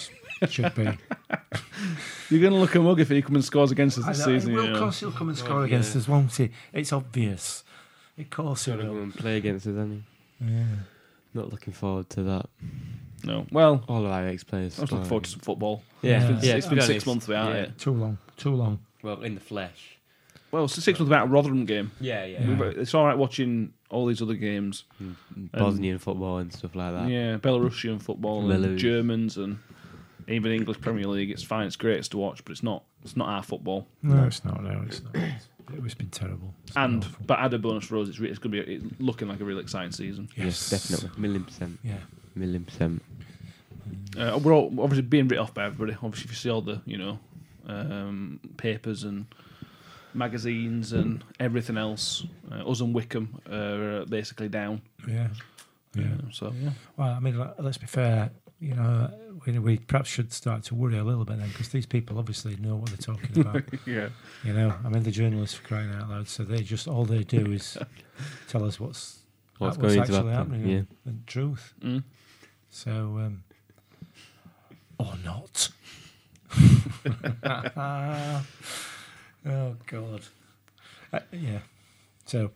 C: should be.
B: You're gonna look a mug if he comes and scores against us
C: I
B: this
C: know,
B: season.
C: Will,
B: you
C: of
B: know.
C: course, he'll come and
D: Oh,
C: score against
D: yeah.
C: us, won't he? It's obvious. Of course, he
D: Gotta go
B: um,
C: will.
D: and play against us, hasn't he?
C: Yeah.
D: Not looking forward to that.
B: No. Well,
D: All of our ex players.
B: I was looking forward to some football.
D: Yeah,
C: Yeah.
D: yeah. yeah
B: it's
D: to
B: been
D: be
B: six
D: honest.
B: months without
D: yeah.
B: it.
C: Too long. Too long.
D: Well, in the flesh.
B: Well, it's six months without a Rotherham game.
D: Yeah,
C: Yeah.
B: We were- It's all right watching all these other games.
D: Mm. Bosnian football and stuff like that.
B: Yeah, Belarusian football
D: Belarus.
B: and Germans and even English Premier League. It's fine. It's great to watch, but it's not. It's not our football.
C: No, it's not. No, it's not. It's- It's been terrible. It's been
B: And
C: awful.
B: but add a bonus for us. It's, re- it's going to be it's looking like a real exciting season.
D: Yes, definitely. Million percent.
C: Yeah.
D: Million percent.
B: Uh, we're all obviously being written off by everybody. Obviously, if you see all the you know um, papers and magazines and everything else, uh, us and Wickham are uh, basically down.
C: Yeah. Yeah.
B: Uh, so yeah.
C: Well, I mean, le- let's be fair. You know, we, we perhaps should start to worry a little bit then, because these people obviously know what they're talking about.
B: yeah.
C: you know, I mean, the journalists for crying out loud. So they just all they do is tell us what's what's,
D: What's going to
C: actually
D: happen?
C: happening,
D: Yeah.
C: the truth.
B: Mm.
C: So, um, or not. oh God. Uh, yeah. So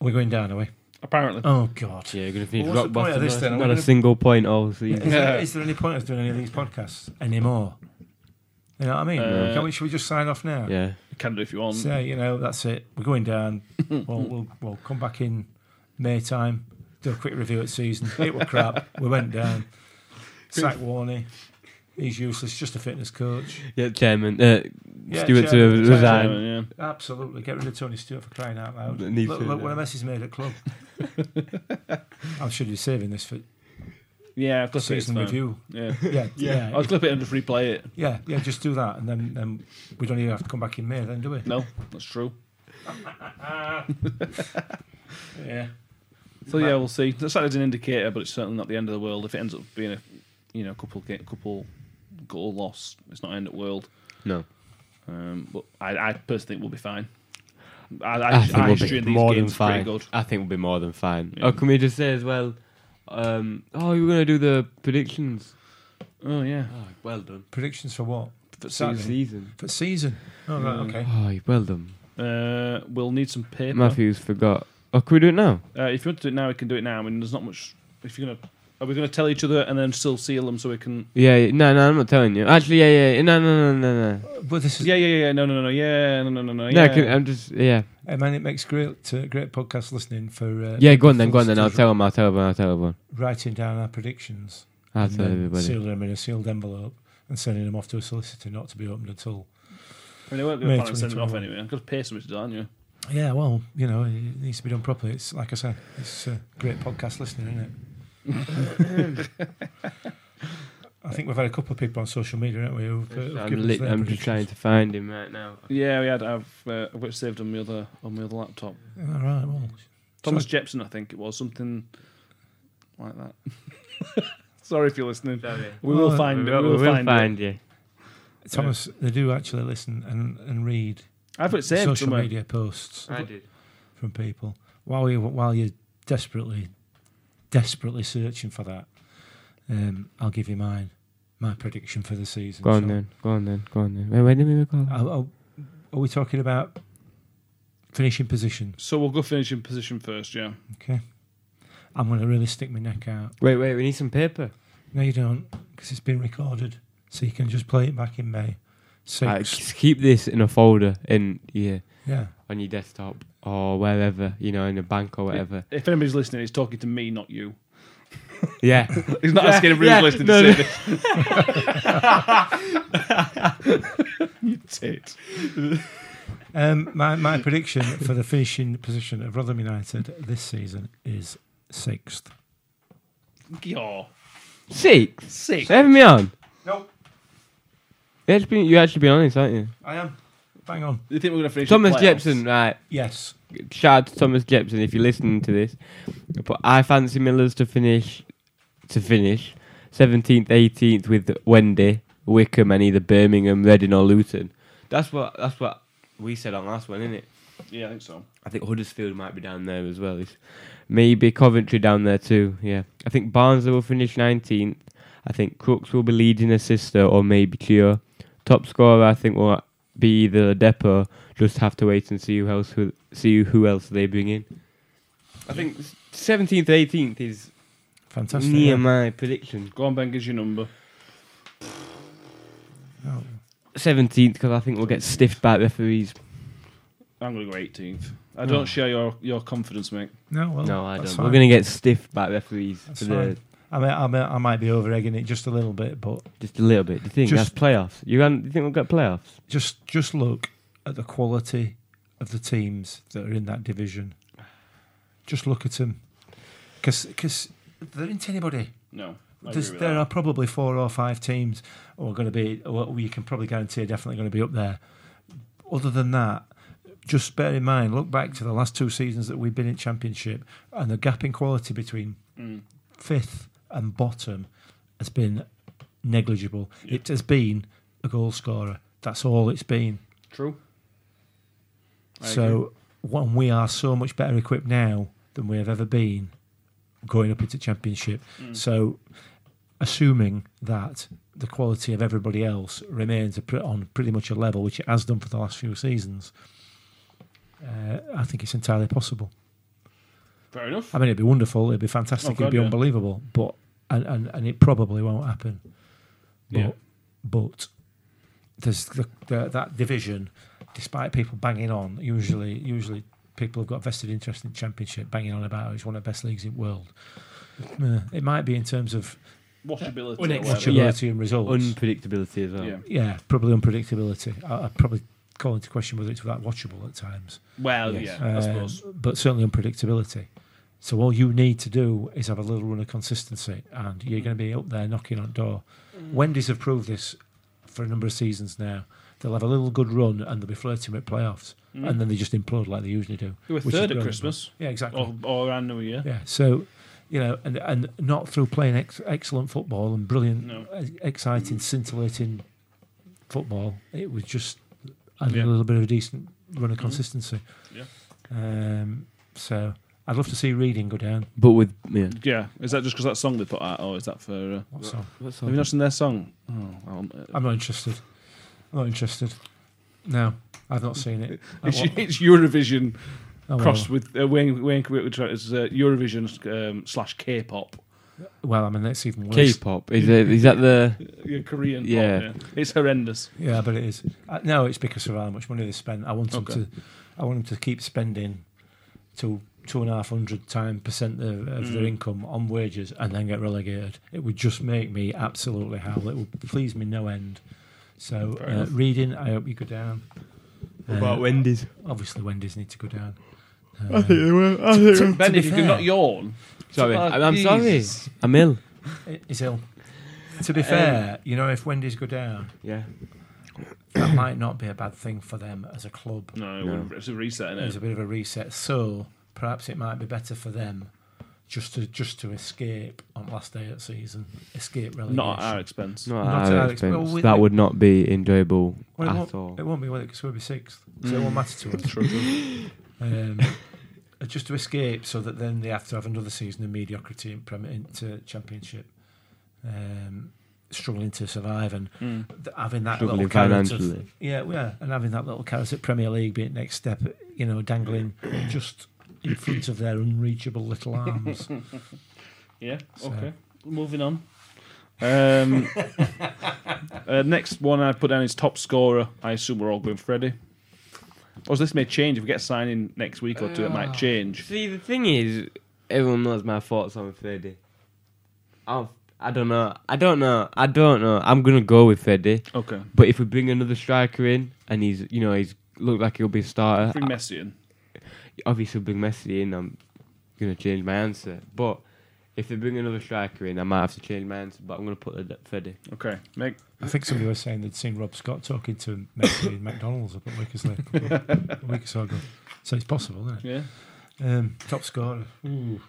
C: we're going down, are we?
B: Apparently.
C: Oh God.
D: Yeah, you're going to finish
C: Well, what's
D: rock
C: the point of
D: bottom.
C: this
D: not
C: then? Are
D: not
C: we
D: a
C: gonna-
D: single point all
C: Is,
D: season.
C: there, is there any point of doing any of these podcasts anymore? You know what I mean?
B: Uh,
C: Can we, should we just sign off now?
D: yeah.
B: You can do if you want.
C: So you know that's it. We're going down. we'll, we'll we'll come back in May time. Do a quick review at season. It was crap. We went down. Sack Warney. He's useless. Just a fitness coach.
D: Yeah, chairman. Uh,
C: Yeah,
D: Stuart
C: chairman,
D: to resign.
B: Yeah.
C: Absolutely. Get rid of Tony Stewart for crying out loud.
D: Need
C: Look,
D: to,
C: look what
D: yeah.
C: a mess he's made at club. I'm sure you're saving this for
B: Yeah, I've got
C: season review.
B: Yeah.
C: Yeah, yeah,
B: I
D: Oh,
B: was clip it and just replay it.
C: yeah, yeah. Just do that, and then then we don't even have to come back in May, then, do we?
B: No, that's true.
C: Yeah.
B: So yeah, we'll see. That's an indicator, but it's certainly not the end of the world. If it ends up being a, you know, couple ga- couple goal loss, it's not end of the world.
D: No.
B: Um, but I, I personally think we'll be fine. I, I,
D: I think
B: I
D: we'll
B: history
D: be
B: in these
D: more than
B: games is pretty
D: fine.
B: good.
D: I think we'll be more than fine.
B: Yeah.
D: Oh, can we just say as well? Um, oh, you were going to do the predictions.
B: Oh yeah,
D: Oh, well done.
C: Predictions for what?
B: But
D: This
C: Saturday.
D: season.
C: For season. Oh right, okay.
D: Oh, well done.
B: uh, we'll need some paper.
D: Matthews forgot. Oh, can we do it now?
B: Uh, if you want to do it now, we can do it now. I mean, there's not much. If you're gonna, are we gonna tell each other and then still seal them so we can?
D: Yeah, yeah, no, no, I'm not telling you. Actually, yeah, yeah, no, no, no, no, no.
C: But this is
B: Yeah, yeah, yeah, yeah. No, no, no, no. Yeah, no, no, no, no.
D: No,
B: Oh, Yeah.
D: I can, um, I'm just, yeah,
C: Hey man, it makes great uh, great podcast listening for. Uh,
D: yeah. Go on then, go
C: for
D: on then. I'll
C: listeners
D: tell him. I'll tell him. I'll tell him.
C: Writing down our predictions,
D: I'll
C: and
D: tell
C: then
D: everybody.
C: sealing them in a sealed envelope and sending them off to a solicitor, not to be opened at all.
B: I mean, they weren't going
C: May
B: to plan and send it off
C: 2021.
B: anyway. I've got to pay somebody to do that, aren't you?
C: Yeah, well, you know, it needs to be done properly. It's like I said, it's uh, great podcast listening, isn't it? I think we've had a couple of people on social media, haven't we? Who've, uh, who've
D: I'm,
C: given us
D: lit,
C: their
D: I'm just trying
C: predictions.
D: to find him right now.
B: Yeah, we had. I've uh, I've got it saved on my other on my other laptop.
C: All right, well,
B: Thomas Jepson, I think it was something like that. Sorry if you're listening.
D: Sorry.
B: We will
C: Well,
B: find
D: we
B: it.
D: will,
B: We will find, it.
D: you.
C: Thomas, they do actually listen and, and read
B: I've got it saved
C: social
B: somewhere.
C: media posts
D: I did.
C: from people while you while you're desperately desperately searching for that. Um, I'll give you mine, my prediction for the season.
D: Go on
C: shall I?
D: then. Go on then. Go on then. Wait, wait, let me recall.
C: Are, are, are we talking about finishing position?
B: So we'll go finishing position first, yeah.
C: Okay. I'm going to really stick my neck out.
D: Wait, wait. We need some paper.
C: No, you don't, because it's been recorded. So you can just play it back in May. Six.
D: Like, just keep this in a folder in yeah
C: yeah.
D: on your desktop or wherever you know in a bank or whatever.
B: If anybody's listening, he's talking to me, not you.
D: Yeah.
B: He's not
D: Yeah,
B: asking everyone
D: yeah,
B: listening
D: no,
B: to
D: no.
B: say this. you tit.
C: Um, my, my prediction for the finishing position of Rotherham United this season is sixth.
B: Yaw.
D: Six.
B: Six.
D: Having me on.
C: Nope,
D: You actually been, you actually been honest, aren't you?
C: I am. Bang on.
B: Do you think we're going to finish? in
D: Thomas
B: playoffs?
D: Jepson, right?
C: Yes.
D: Shout out to Thomas Jepson if you're listening to this. But I fancy Millers to finish to finish seventeenth, eighteenth with Wendy, Wickham, and either Birmingham, Reading, or Luton. That's what that's what we said on last one, isn't it?
B: Yeah, I think so.
D: I think Huddersfield might be down there as well. It's maybe Coventry down there too. Yeah, I think Barnsley will finish 19th. I think Crooks will be leading assister or maybe Cure. Top scorer, I think, will be either Depot. Just have to wait and see who else who, see who else they bring in. I think 17th, 18th is
C: Fantastic.
D: near
C: yeah.
D: my prediction.
B: Go on, Ben, gives your number.
D: 17th because I think we'll get stiffed by referees.
B: I'm going to go 18th. I don't
C: Oh.
B: share your, your confidence, mate.
C: No, well,
D: no, I don't.
C: Oh, that's
D: We're
C: fine.
D: gonna get stiffed by referees
C: That's
D: for the,
C: fine. I, mean, I, mean, I might be over egging it just a little bit, but
D: just a little bit. Do you think
C: Just-
D: that's playoffs? You, gon- you think we'll get playoffs?
C: just just look at the quality of the teams that are in that division. Just look at them, because there isn't anybody.
B: No. I agree
C: There's,
B: with
C: there
B: that.
C: are probably four or five teams who are going to be, or you can probably guarantee, are definitely going to be up there. Other than that, just bear in mind, look back to the last two seasons that we've been in Championship, and the gap in quality between
B: Mm.
C: fifth and bottom has been negligible. It has been a goal scorer. That's all it's been.
B: True. I agree.
C: so when we are so much better equipped now than we have ever been going up into championship.
B: Mm.
C: So assuming that the quality of everybody else remains a pre- on pretty much a level, which it has done for the last few seasons, uh, I think it's entirely possible.
B: fair enough.
C: I mean, it'd be wonderful. It'd be fantastic.
B: Oh, God,
C: it'd be
B: yeah.
C: unbelievable. But and, and and it probably won't happen. But
B: Yeah.
C: but there's the, the, that division. Despite people banging on, usually usually people have got vested interest in the championship, banging on about it's one of the best leagues in the world. Uh, It might be in terms of
B: Watchability. or whatever.
D: Yeah.
C: watchability and results.
D: Unpredictability as well.
B: Yeah.
C: yeah, probably unpredictability. I, I'd probably call into question whether it's that watchable at times.
B: Well,
D: Yes.
B: yeah, I
C: Um,
B: suppose.
C: But certainly unpredictability. So all you need to do is have a little run of consistency, and you're going to be up there knocking on door. Wendy's have proved this for a number of seasons now. They'll have a little good run, and they'll be flirting with playoffs, and then they just implode like they usually do.
B: You Mm. were
C: which is
B: third at
C: brilliant.
B: Christmas Oh,
C: Yeah, exactly.
B: or, or around New Year.
C: Yeah. So, you know, and and not through playing ex- excellent football and brilliant,
B: No.
C: ex- exciting, scintillating football. It was just a
B: Yeah. Mm-hmm.
C: little bit of a decent run of consistency.
B: Yeah.
C: Um, so I'd love to see reading go down.
D: But with yeah.
B: Yeah, is that just because that song they put out, or is that for? Uh,
C: What song?
D: What's
B: have you not seen their song? Oh, I don't- uh,
C: I'm not interested. I'm not interested. No, I've not seen it. I
B: it's,
C: wa-
B: it's Eurovision
C: I wa-
B: crossed with uh, Wayne Wayne is uh, Eurovision um, slash K-pop,
C: Well, I mean that's even worse.
D: K-pop is it? Is that the?
B: yeah, Korean.
D: Yeah.
B: pop, yeah, it's horrendous.
C: Yeah, but it is. Uh, no, it's because of how much money they spent. I want
B: Okay.
C: them to, I want them to keep spending to two and a half hundred time percent of, of their
B: Mm.
C: income on wages and then get relegated. It would just make me absolutely howl. It would please me no end. So
B: Fair
C: uh,
B: enough.
C: reading, I hope you go down. Uh,
D: Wendy's?
C: obviously, Wendy's need to go down. Um,
D: I think they will. I think.
C: To- to
B: Ben,
C: be
B: if you could
C: fair-
B: not yawn,
D: Sorry,
B: Oh,
D: I'm, I'm sorry.
B: Jesus.
D: I'm ill.
C: It- It's ill. To
B: Um,
C: be fair, you know, if Wendy's go down,
D: Yeah.
C: that might not be a bad thing for them as a club.
B: No, it
D: No.
B: wouldn't- it's a reset.
C: It was
B: is
C: a bit of a reset. So perhaps it might be better for them just to just to escape on the last day of the season, escape relegation.
B: Not at our expense.
D: Not
C: Not
D: our
C: our
D: expense.
C: expense. Well, we-
D: that would not be enjoyable
C: Well, it
D: at
C: won't-
D: all.
C: It won't be well because we'll be sixth, so it won't matter to us.
B: True, true.
C: Um, uh, just to escape, so that then they have to have another season of mediocrity in Premier into Championship, um, struggling to survive, and
B: Mm.
C: th- having that
D: Struggling
C: little carrot of-
D: financially.
C: yeah, yeah, and having that little carrot at Premier League be it next step, you know, dangling just in front of their unreachable little arms.
B: Yeah.
C: So-
B: Okay. Moving on. Um, uh, next one I put down is top scorer. I assume we're all going Freddie. Or this may change if we get signing next week or two. It might change.
D: See, the thing is, everyone knows my thoughts on Fede. I've, I don't know. I don't know. I don't know. I'm gonna go with Fede.
B: Okay.
D: But if we bring another striker in, and he's, you know, he's looked like he'll be a starter.
B: Bring Messi in.
D: obviously bring Messi in, I'm gonna change my answer. But if they bring another striker in, I might have to change my answer. But I'm gonna put the Freddy.
B: Okay. Make
C: I think somebody was saying they'd seen Rob Scott talking to Messi in McDonald's up at Wickersley a couple of- a week or so ago. So it's possible, isn't it?
B: yeah.
C: Um, top scorer. Ooh.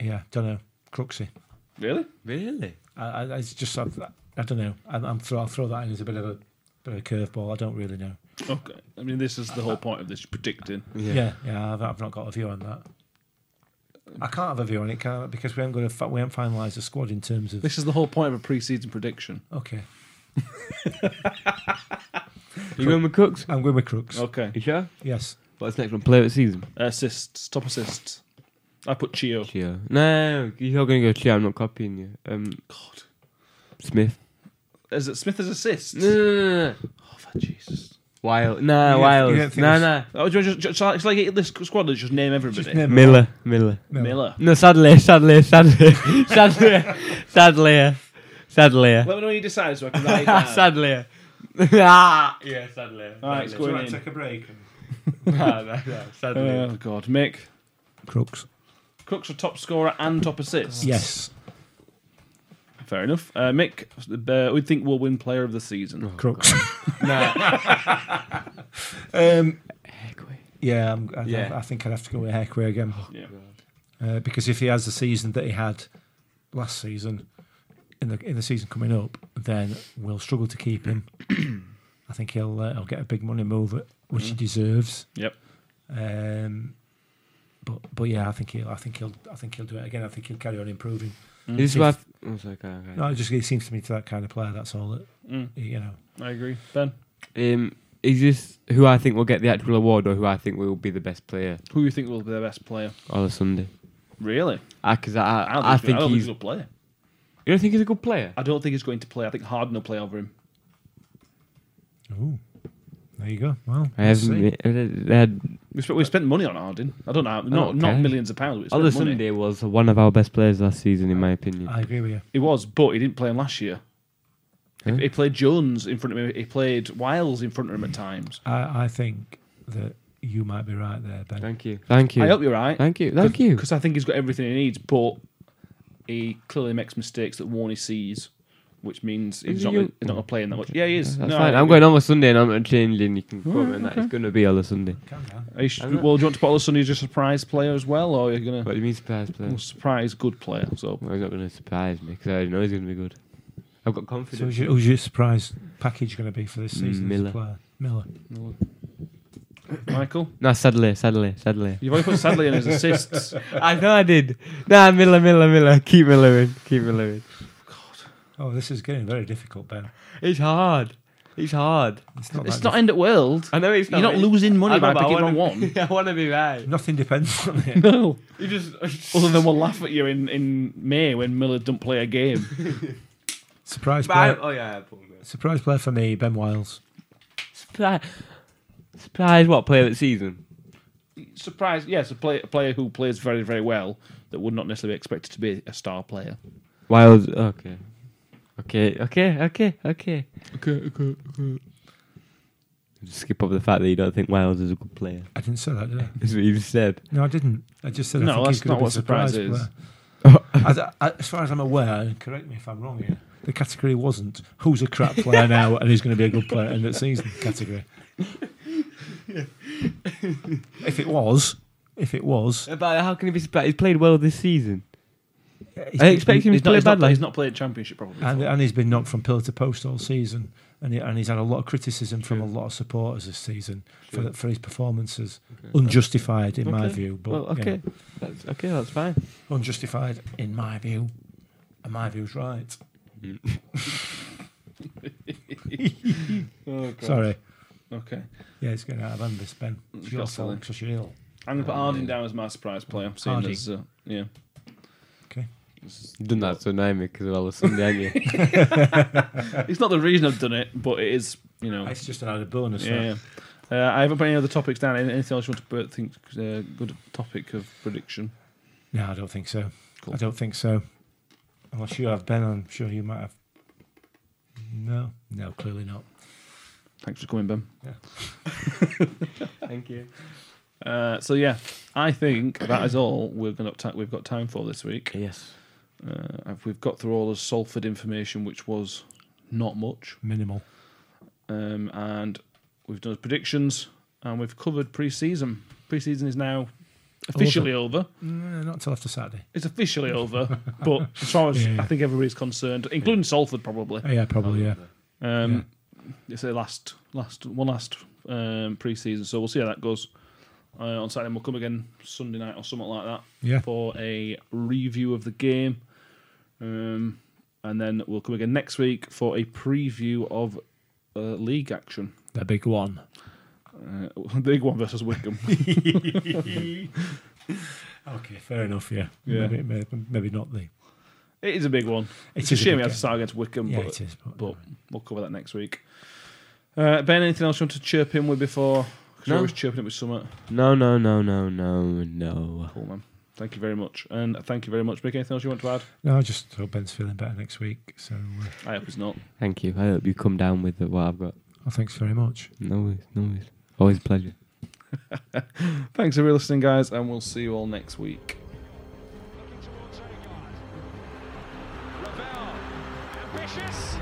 C: Yeah, don't know. Crooksy.
B: Really?
D: Really?
C: I, I, I- it's just, I, I don't know. I, I'm throw, I'll throw that in as a bit of a bit of a curveball. I don't really know.
B: Okay. I mean, this is the whole point of this predicting.
D: Yeah.
C: Yeah, yeah. I've, I've not got a view on that. I can't have a view on it, can I? Because we haven't got to, fa- we haven't finalised the squad in terms of.
B: This is the whole point of a pre-season prediction.
C: Okay,
D: You going with Cooks?
C: I'm going with Crooks.
B: Okay.
D: You sure?
C: Yes,
D: What's next one? Player of the season.
B: Assists. Top assists. I put Chio.
D: Chia. No, you're gonna go Chia. I'm not copying you. Um,
B: God.
D: Smith.
B: Is it Smith as assists?
D: No, no, no, no.
B: Oh, for Jesus.
D: Wild. Nah,
C: You don't- you don't
D: Wild.
C: think
D: Nah,
C: it's-
D: nah.
B: Oh, do you want to just, just, it's like this squad that just name everybody.
C: Just name him.
D: Miller. Miller.
C: Miller.
B: Miller.
D: No, sadly, sadly, sadly, sadly, sadly, sadly,
B: Let me know when you decide so I can write it down.
C: Uh,
D: sadly. Ah, yeah, sadly.
B: All right, it's
D: Sadly.
B: going in.
C: a break.
D: Nah, nah, nah, sadly.
B: Oh God, Mick.
C: Crooks.
B: Cook's a top scorer and top assist.
C: Yes,
B: Fair enough. Uh, Mick, uh, we think we'll win player of the season.
C: Crooks.
D: Nah.
C: um, yeah, I'm, I,
D: Yeah.
C: I think I'd have to go with Heckway again.
B: Yeah.
C: uh, because if he has the season that he had last season in the in the season coming up, then we'll struggle to keep him. I think he'll uh, he'll get a big money move, which he deserves.
B: Mm-hmm. Yep.
C: Um, but but yeah, I think he'll I think he'll I think he'll do it again. I think he'll carry on improving.
D: This is why. I've- Oh, sorry, okay, okay.
C: No, it just it seems to me to that kind of player. That's all. That,
B: Mm,
C: you know.
B: I agree. Ben,
D: Um, is this who I think will get the actual award, or who I think will be the best player
B: who do you think will be the best player?
D: on a Sunday?
B: Really?
D: Because I,
B: I don't
D: I, I think
B: I don't
D: he's.
B: he'll play.
D: You don't think he's a good player?
B: I don't think he's going to play. I think Harden will play over him.
C: Ooh, there you go. Well,
D: I
C: let's
D: haven't.
C: see.
D: been- uh, They had,
B: We spent, we spent money on Harden. I don't know. Not
D: don't
B: not
D: care.
B: millions of pounds. We spent
D: Ola
B: money.
D: Sunday was one of our best players last season, in my opinion.
C: I agree with you.
B: He was, but he didn't play him last year.
D: Huh?
B: He played Jones in front of him. He played Wiles in front of him at times.
C: I, I think that you might be right there, Ben.
D: Thank you. Thank you.
B: I hope you're right.
D: Thank you. Thank you.
B: Because I think he's got everything he needs, but he clearly makes mistakes that Warney sees, which means he's
D: he
B: not,
D: you?
B: he's not gonna play in that much. Yeah, he is.
D: That's
B: No,
D: fine.
B: I-
D: I'm going on with Sunday, and I'm not changing. You can comment on that. It's going to be Ola Sunday.
C: Calm down.
B: Are you sh-
D: I'm not-
B: well, do you want to put Olison as a surprise player as well, or are you going
D: What do you mean surprise player?
B: to surprise good player? So
D: Well, he's not going to surprise me because I already know he's going to be good. I've got
C: So,
D: confidence.
C: who's your, who's your surprise package going to be for this season? as a
D: Miller.
C: player? Miller.
B: Michael,
D: no, sadly, sadly, sadly.
B: you've only put Sadly in his assists.
D: I know I did. Nah, Miller, Miller, Miller. Keep Miller in. Keep Miller in.
C: Oh, this is getting very difficult, Ben.
D: It's hard. It's hard.
C: It's not.
B: It's
C: that
B: not
C: diff-
B: end of world.
D: I know it's
B: You're
D: not.
B: not losing money by picking
D: on
B: on one.
D: I want to be right.
C: nothing depends on it.
B: No,
D: You just.
B: other than we'll laugh at you in, in May when Miller don't play a game.
C: Surprise
D: But I,
C: player.
D: oh yeah, I put him in.
C: Surprise player for me, Ben Wiles.
D: Surprise! Surprise! What player of the season?
B: Surprise, yes, a, play, a player who plays very, very well that would not necessarily be expected to be a star player.
D: Wild. Okay. Okay. Okay. Okay. Okay.
B: Okay, okay.
D: Just skip over the fact that you don't think Wild is a good player.
C: I didn't say that, did I?
D: That's what you just said.
C: No, I didn't. I just said.
B: No,
C: I think
B: that's
C: he's gonna
B: not
C: be
B: what
C: a surprise
B: surprise is.
C: player. as, I- as far as I'm aware, and correct me if I'm wrong here. The category wasn't who's a crap player now and who's going to be a good player in the season category. if it was, if it was.
D: But how can he be surprised? He's played well this season.
C: He's
D: I
C: been-
D: expect him to
B: he's, not,
D: play
B: he's, not,
D: badly.
B: he's not played championship probably.
C: and, and he's been knocked from pillar to post all season, and he, and he's had a lot of criticism from a lot of supporters this season for for his performances, unjustified in my
D: Okay.
C: view. But
D: well,
C: you know,
D: okay, that's, okay, that's fine.
C: unjustified in my view, and my view's right.
B: Mm. Oh, God.
C: Sorry,
B: Okay.
C: yeah, it's going out of hand. This Ben, it's your
B: Just
C: fault
B: silly.
C: 'cause you're ill.
B: I'm gonna put
D: Um,
B: Harding down as my surprise player. Seeing
C: Harding.
B: as, uh, yeah.
C: Okay.
D: You've done that to annoy me because well, Sunday, haven't you?
B: It's not the reason I've done it, but it is, you know.
C: It's just an added bonus. that.
B: Yeah. Uh, I haven't put any other topics down. Any- Anything else you want to put, think uh, good topic of prediction?
C: No, I don't think so.
B: Cool.
C: I don't think so. Unless you have Ben, I'm sure you might have. No, no, clearly not.
B: Thanks for coming, Ben.
D: Thank you.
B: Uh, so yeah, I think that is all we're gonna ta- we've got time for this week.
D: Yes.
B: Uh, I've- we've got through all the Salford information, which was not much,
C: Minimal.
B: um, and we've done predictions and we've covered pre-season. Pre-season is now officially over. Mm.
C: No, not till after Saturday.
B: It's officially over, but as far as
C: Yeah.
B: I think everybody's concerned, including Salford probably.
C: Oh, yeah, probably. Yeah.
B: Um, It's a last, last one last um, pre-season, so we'll see how that goes. Uh, on Saturday, and we'll come again Sunday night or something like that
C: Yeah.
B: for a review of the game, um, and then we'll come again next week for a preview of uh, league action.
C: The big one.
B: Uh, big one versus Wickham.
C: Okay, fair enough. Yeah,
B: Yeah.
C: Maybe, maybe, maybe not the.
B: it is a big one. It's,
C: is
B: a shame we
C: big
B: have to
C: game.
B: start against Wickham,
C: Yeah,
B: but
C: it is. But,
B: but we'll cover that next week. Uh, ben, anything else you want to chirp in with before? 'Cause you're
D: No.
B: always chirping it with something.
D: No, no, no, no, no, no.
B: Cool, man. Thank you very much. And thank you very much, Mick. Anything else you want to add?
C: no, I just hope Ben's feeling better next week. So, uh,
B: I hope it's not.
D: Thank you. I hope you come down with what I've got.
C: oh, thanks very much.
D: No worries, no worries. Always a pleasure.
B: Thanks for listening, guys, and we'll see you all next week.
A: Looking towards Hayward. Ravel, ambitious,